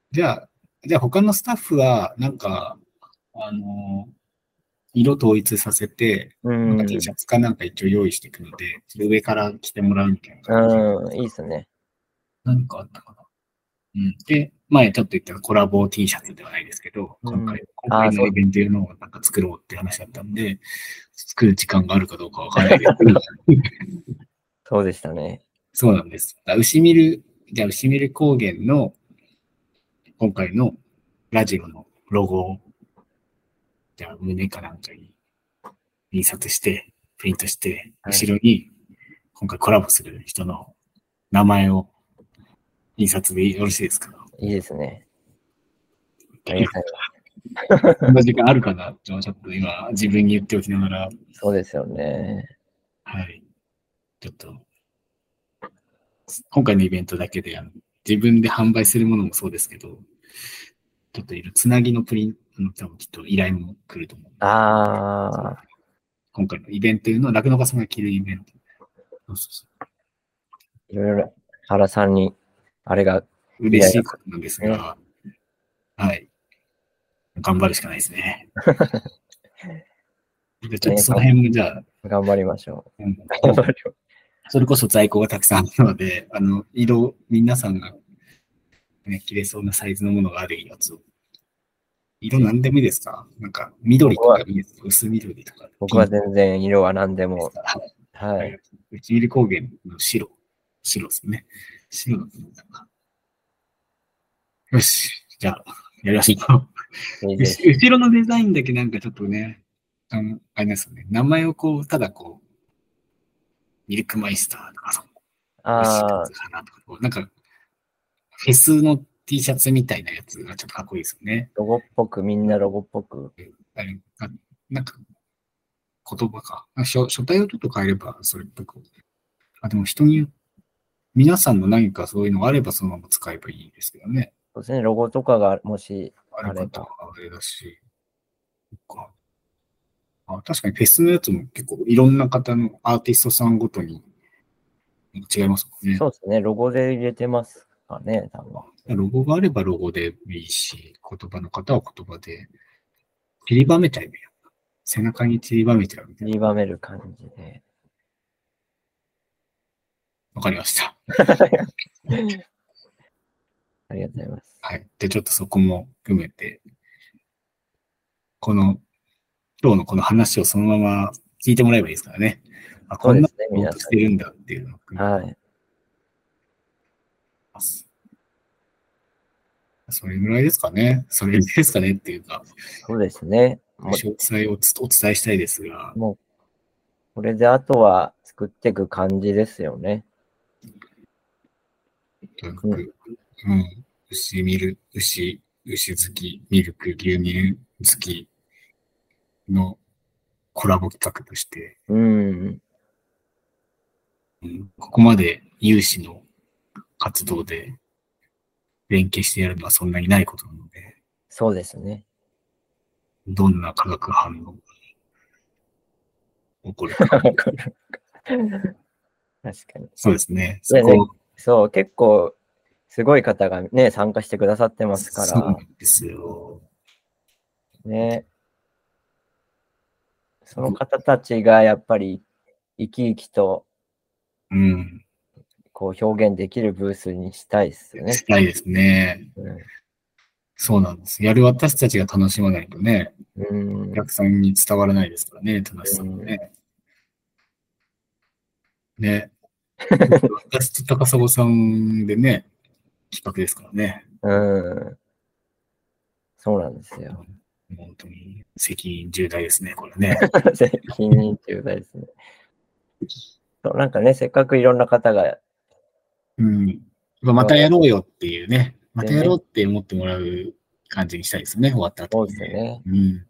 Speaker 1: じゃあ、じゃあ他のスタッフは、なんか、あのー色統一させて、
Speaker 2: うん。
Speaker 1: な
Speaker 2: うん
Speaker 1: か T シャツかなんか一応用意していくので、それ上から着てもらうみたいな感じ。
Speaker 2: ん、いいですね。
Speaker 1: 何かあったかな。うん。で、前ちょっと言ったコラボ T シャツではないですけど、
Speaker 2: うん
Speaker 1: 今回、今
Speaker 2: あー
Speaker 1: 回のイベントいうのをなんか作ろうって話だったんで、作る時間があるかどうかわからない ですけど、
Speaker 2: そうでしたね。
Speaker 1: そうなんです。だ牛見る、じゃあ牛見る高原の、今回のラジオのロゴを、じゃあ胸かなんかに印刷して、プリントして、
Speaker 2: はい
Speaker 1: 後ろに、今回コラボする人の名前を印刷でよろしいですか
Speaker 2: いいですね。ありが
Speaker 1: こ
Speaker 2: たいわ
Speaker 1: の時間あるかなちょっと今自分に言っておきながら、
Speaker 2: そうですよね。
Speaker 1: はい。ちょっと、今回のイベントだけで、あの自分で販売するものもそうですけど、ちょっといるつなぎのプリントの多分きっと依頼も来ると思う。
Speaker 2: ああ、
Speaker 1: 今回のイベントというのは、酪農家さんが着るイベント。そうそうそ
Speaker 2: いろいろ原さんに、あれが、
Speaker 1: う嬉しいことなんですが、はい。頑張るしかないですね。じゃあちょっとその辺もじゃあ、
Speaker 2: 頑張りまし ょ
Speaker 1: うん
Speaker 2: う。頑張りま
Speaker 1: それこそ在庫がたくさんあるので、あの、色、皆さんが、ね、着れそうなサイズのものがあるやつを。色何でもいいですかなんか、緑とかいいですか薄緑とか。
Speaker 2: 僕は
Speaker 1: ピン
Speaker 2: 全然色は何で
Speaker 1: クです
Speaker 2: も。
Speaker 1: か
Speaker 2: は
Speaker 1: はいい。打ち入り高原の白。白ですね。白のなんかよし。じゃあ、やりましょう。
Speaker 2: いいです。
Speaker 1: 後後ろのデザインだけなんかちょっとね、あの、あれなんですよね。名前をこう、ただこう、ミルクマイスターとかさ、
Speaker 2: ああ
Speaker 1: 牛、かなとか、なんか、フェスの T シャツみたいなやつがちょっとかっこいいですよね。
Speaker 2: ロゴっぽく、みんなロゴっぽく。
Speaker 1: あれあなんか、言葉か。あ書書体をちょっと変えれば、それっぽく。あ、でも人に、皆さんの何かそういうのがあれば、そのまま使えばいいですけどね。
Speaker 2: そうですね、ロゴとかがもし、
Speaker 1: あ
Speaker 2: れば
Speaker 1: れ方はあれだし。そっかあ確かにフェスのやつも結構いろんな方のアーティストさんごとに違いますもんね。
Speaker 2: そうですね、ロゴで入れてますかね、多分。
Speaker 1: ロゴがあればロゴでいいし、言葉の方は言葉で、散りばめちゃえばいいよ背中に散りばめちゃうみたい
Speaker 2: 散
Speaker 1: な。
Speaker 2: りばめる感じで。
Speaker 1: わかりました。
Speaker 2: ありがとうございます。
Speaker 1: はい。で、ちょっとそこも含めて、この、今日のこの話をそのまま聞いてもらえばいいですからね。あ、こんなこ
Speaker 2: そうですね
Speaker 1: と
Speaker 2: 皆さん
Speaker 1: してるんだっていうのを含めて
Speaker 2: はい。
Speaker 1: ます。それぐらいですかね。それぐらいですかねっていうか、
Speaker 2: そうですね。もう
Speaker 1: 詳細をつお伝えしたいですが、
Speaker 2: これであとは作っていく感じですよね。
Speaker 1: とにかく、うん、牛ミル、牛、牛好き、ミルク、牛乳好きのコラボ企画として、
Speaker 2: うん。
Speaker 1: うんここまで有志の活動で連携してやるのはそんなにないことなので、
Speaker 2: そうで すね。
Speaker 1: どんな化学反応が起こる か。
Speaker 2: わかる確かに。
Speaker 1: そうですね。
Speaker 2: そう
Speaker 1: そ
Speaker 2: ですね
Speaker 1: こ
Speaker 2: そう、結構、すごい方がね、参加してくださってますか
Speaker 1: そうなん
Speaker 2: ら、
Speaker 1: ですよ。
Speaker 2: ね。その方たちがやっぱり生き生きと
Speaker 1: うん。
Speaker 2: こう表現できるブースにしたいですよね
Speaker 1: し。たいですね。そうなんです。やる私たちが楽しまないとね、
Speaker 2: うん。うん
Speaker 1: お客さんに伝わらないですからね、楽しさもね。 ね。私と高砂さんでね、企画ですからね。
Speaker 2: うん。そうなんです よ。
Speaker 1: 本当に責任重大ですね、これ ね。
Speaker 2: 責任重大ですね。そうなんかね、せっかくいろんな方が、
Speaker 1: うん。まあまたやろうよっていうね、またやろうって思ってもらう感じにしたいですね、終わった後
Speaker 2: そう
Speaker 1: に
Speaker 2: ですよね。
Speaker 1: うん。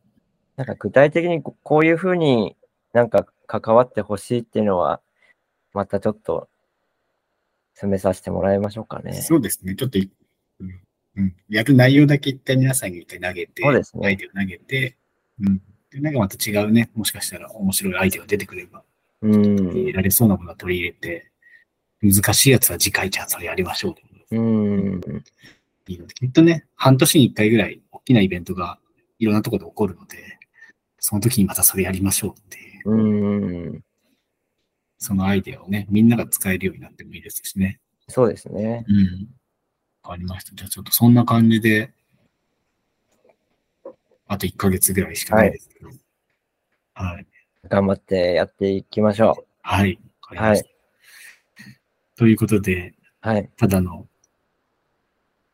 Speaker 2: なんか具体的にここういうふうになんか関わってほしいっていうのは、またちょっと詰めさせてもらいましょうかね。
Speaker 1: そうですね。ちょっとい、うんうん、やる内容だけ一回皆さんに一回投げて、
Speaker 2: そうですね
Speaker 1: アイデアを投げて、うん。で、なんかまた違うね、もしかしたら面白いアイデアが出てくれば、
Speaker 2: うん
Speaker 1: 得。られそうなものは取り入れて、難しいやつは次回じゃあそれやりましょう。
Speaker 2: うん。
Speaker 1: いいので、きっとね、半年に一回ぐらい大きなイベントがいろんなところで起こるので、その時にまたそれやりましょうっていう、
Speaker 2: うん。
Speaker 1: そのアイデアをね、みんなが使えるようになってもいいですしね。
Speaker 2: そうですね。
Speaker 1: うん。わかりました。じゃあちょっとそんな感じで、あと1ヶ月ぐらいしかないですけど。はい。
Speaker 2: 頑張ってやっていきましょ
Speaker 1: はい。わかりました。ということで、
Speaker 2: う。はい。
Speaker 1: ただの、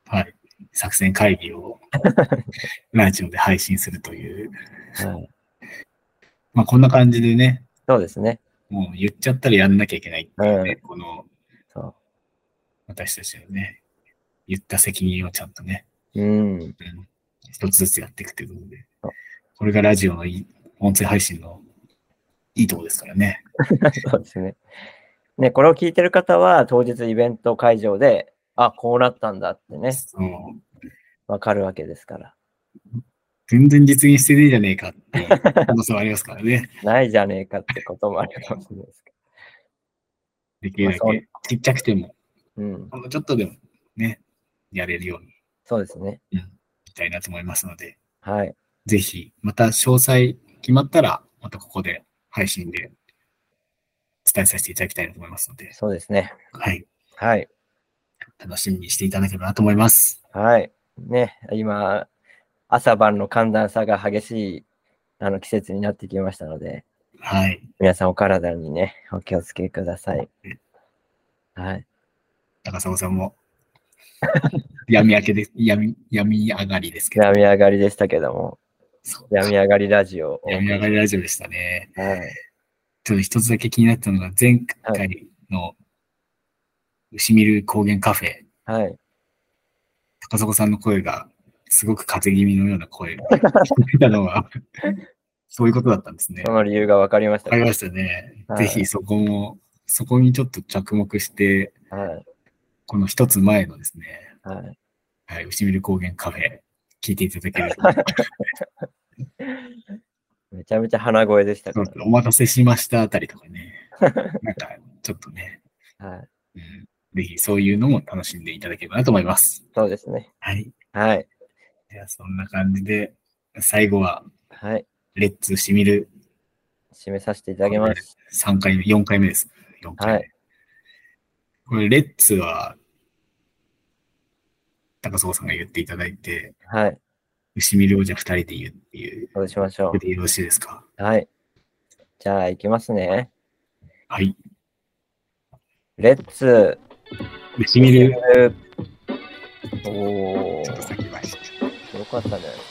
Speaker 1: はい、作戦会議 をラジオで配信するという、
Speaker 2: はい、
Speaker 1: まあこんな感じでね、
Speaker 2: そうですね。
Speaker 1: もう言っちゃったらやんなきゃいけないっていうね、この
Speaker 2: そ
Speaker 1: 私たちのね、言った責任をちゃんとね、
Speaker 2: う。うん。
Speaker 1: うん一つずつやっていくということで
Speaker 2: そう、
Speaker 1: これがラジオのいい、音声配信のいいとこですからね。
Speaker 2: そうですね。ね、これを聞いてる方は、当日イベント会場で、あ、こうなったんだってね、
Speaker 1: そう
Speaker 2: わかるわけですから。
Speaker 1: 全然実現してねえじゃねえかって いう可能性はありますからね。
Speaker 2: ないじゃねえかってこともあるかもしれないですけ
Speaker 1: できるだ
Speaker 2: まあそ
Speaker 1: けちっちゃくても、
Speaker 2: ど。うん。
Speaker 1: ほんのちょっとでもね、やれるように
Speaker 2: そうですね。
Speaker 1: いきたいなと思いますので、
Speaker 2: はい。
Speaker 1: ぜひ、また詳細決まったら、またここで配信で伝えさせていただきたいなと思いますので、
Speaker 2: そうですね。
Speaker 1: はい。
Speaker 2: はい。
Speaker 1: 楽しみにしていただければなと思います。
Speaker 2: はい。ね、今、朝晩の寒暖差が激しいあの季節になってきましたので、
Speaker 1: はい。
Speaker 2: 皆さんお体にね、お気をつけください。はい。
Speaker 1: 高砂さんも、闇明けで、闇、闇上がりですけど、
Speaker 2: 病み上がりでしたけども、
Speaker 1: そう
Speaker 2: 病み上がりラジオを。
Speaker 1: 闇上がりラジオでしたね。
Speaker 2: はい。
Speaker 1: ちょっと一つだけ気になったのが、前回の牛見る高原カフェ、
Speaker 2: はい。
Speaker 1: 高砂さんの声が、すごく風邪気味のような声が聞こえたのは、 そういうことだったんですね。
Speaker 2: その理由が分かりました
Speaker 1: わかりま
Speaker 2: ね。
Speaker 1: したね。
Speaker 2: はい
Speaker 1: ぜひそこも、そこにちょっと着目して、
Speaker 2: はい。
Speaker 1: この一つ前のですね、
Speaker 2: はい。
Speaker 1: はい、牛見る高原カフェ、聞いていただけると、
Speaker 2: めちゃめちゃ鼻声でした
Speaker 1: ちょ
Speaker 2: か
Speaker 1: っとお待たせしましたあたりとか ね、なんかちょっとね、
Speaker 2: ら。はい。
Speaker 1: うんぜひそういうのも楽しんでいただければなと思います。
Speaker 2: そうですね。
Speaker 1: はい。
Speaker 2: はい。
Speaker 1: じゃあそんな感じで、最後は、
Speaker 2: はい。
Speaker 1: レッツしみる
Speaker 2: 締めさせていただきます。
Speaker 1: 3回目、4回目です。4回目。
Speaker 2: はい
Speaker 1: これ、レッツは、高砂さんが言っていただいて、
Speaker 2: はい。
Speaker 1: 牛見るをじゃあ2人で言うっていう、
Speaker 2: そうしましょ
Speaker 1: これでよろしいですか
Speaker 2: う。はい。じゃあ、行きますね。
Speaker 1: はい。
Speaker 2: レッツ
Speaker 1: 牛見る、
Speaker 2: おお、
Speaker 1: ちょっと
Speaker 2: よ
Speaker 1: 先走っちゃった
Speaker 2: かったんじゃないです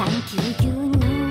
Speaker 2: かね、だいぶ。
Speaker 3: 産休牛乳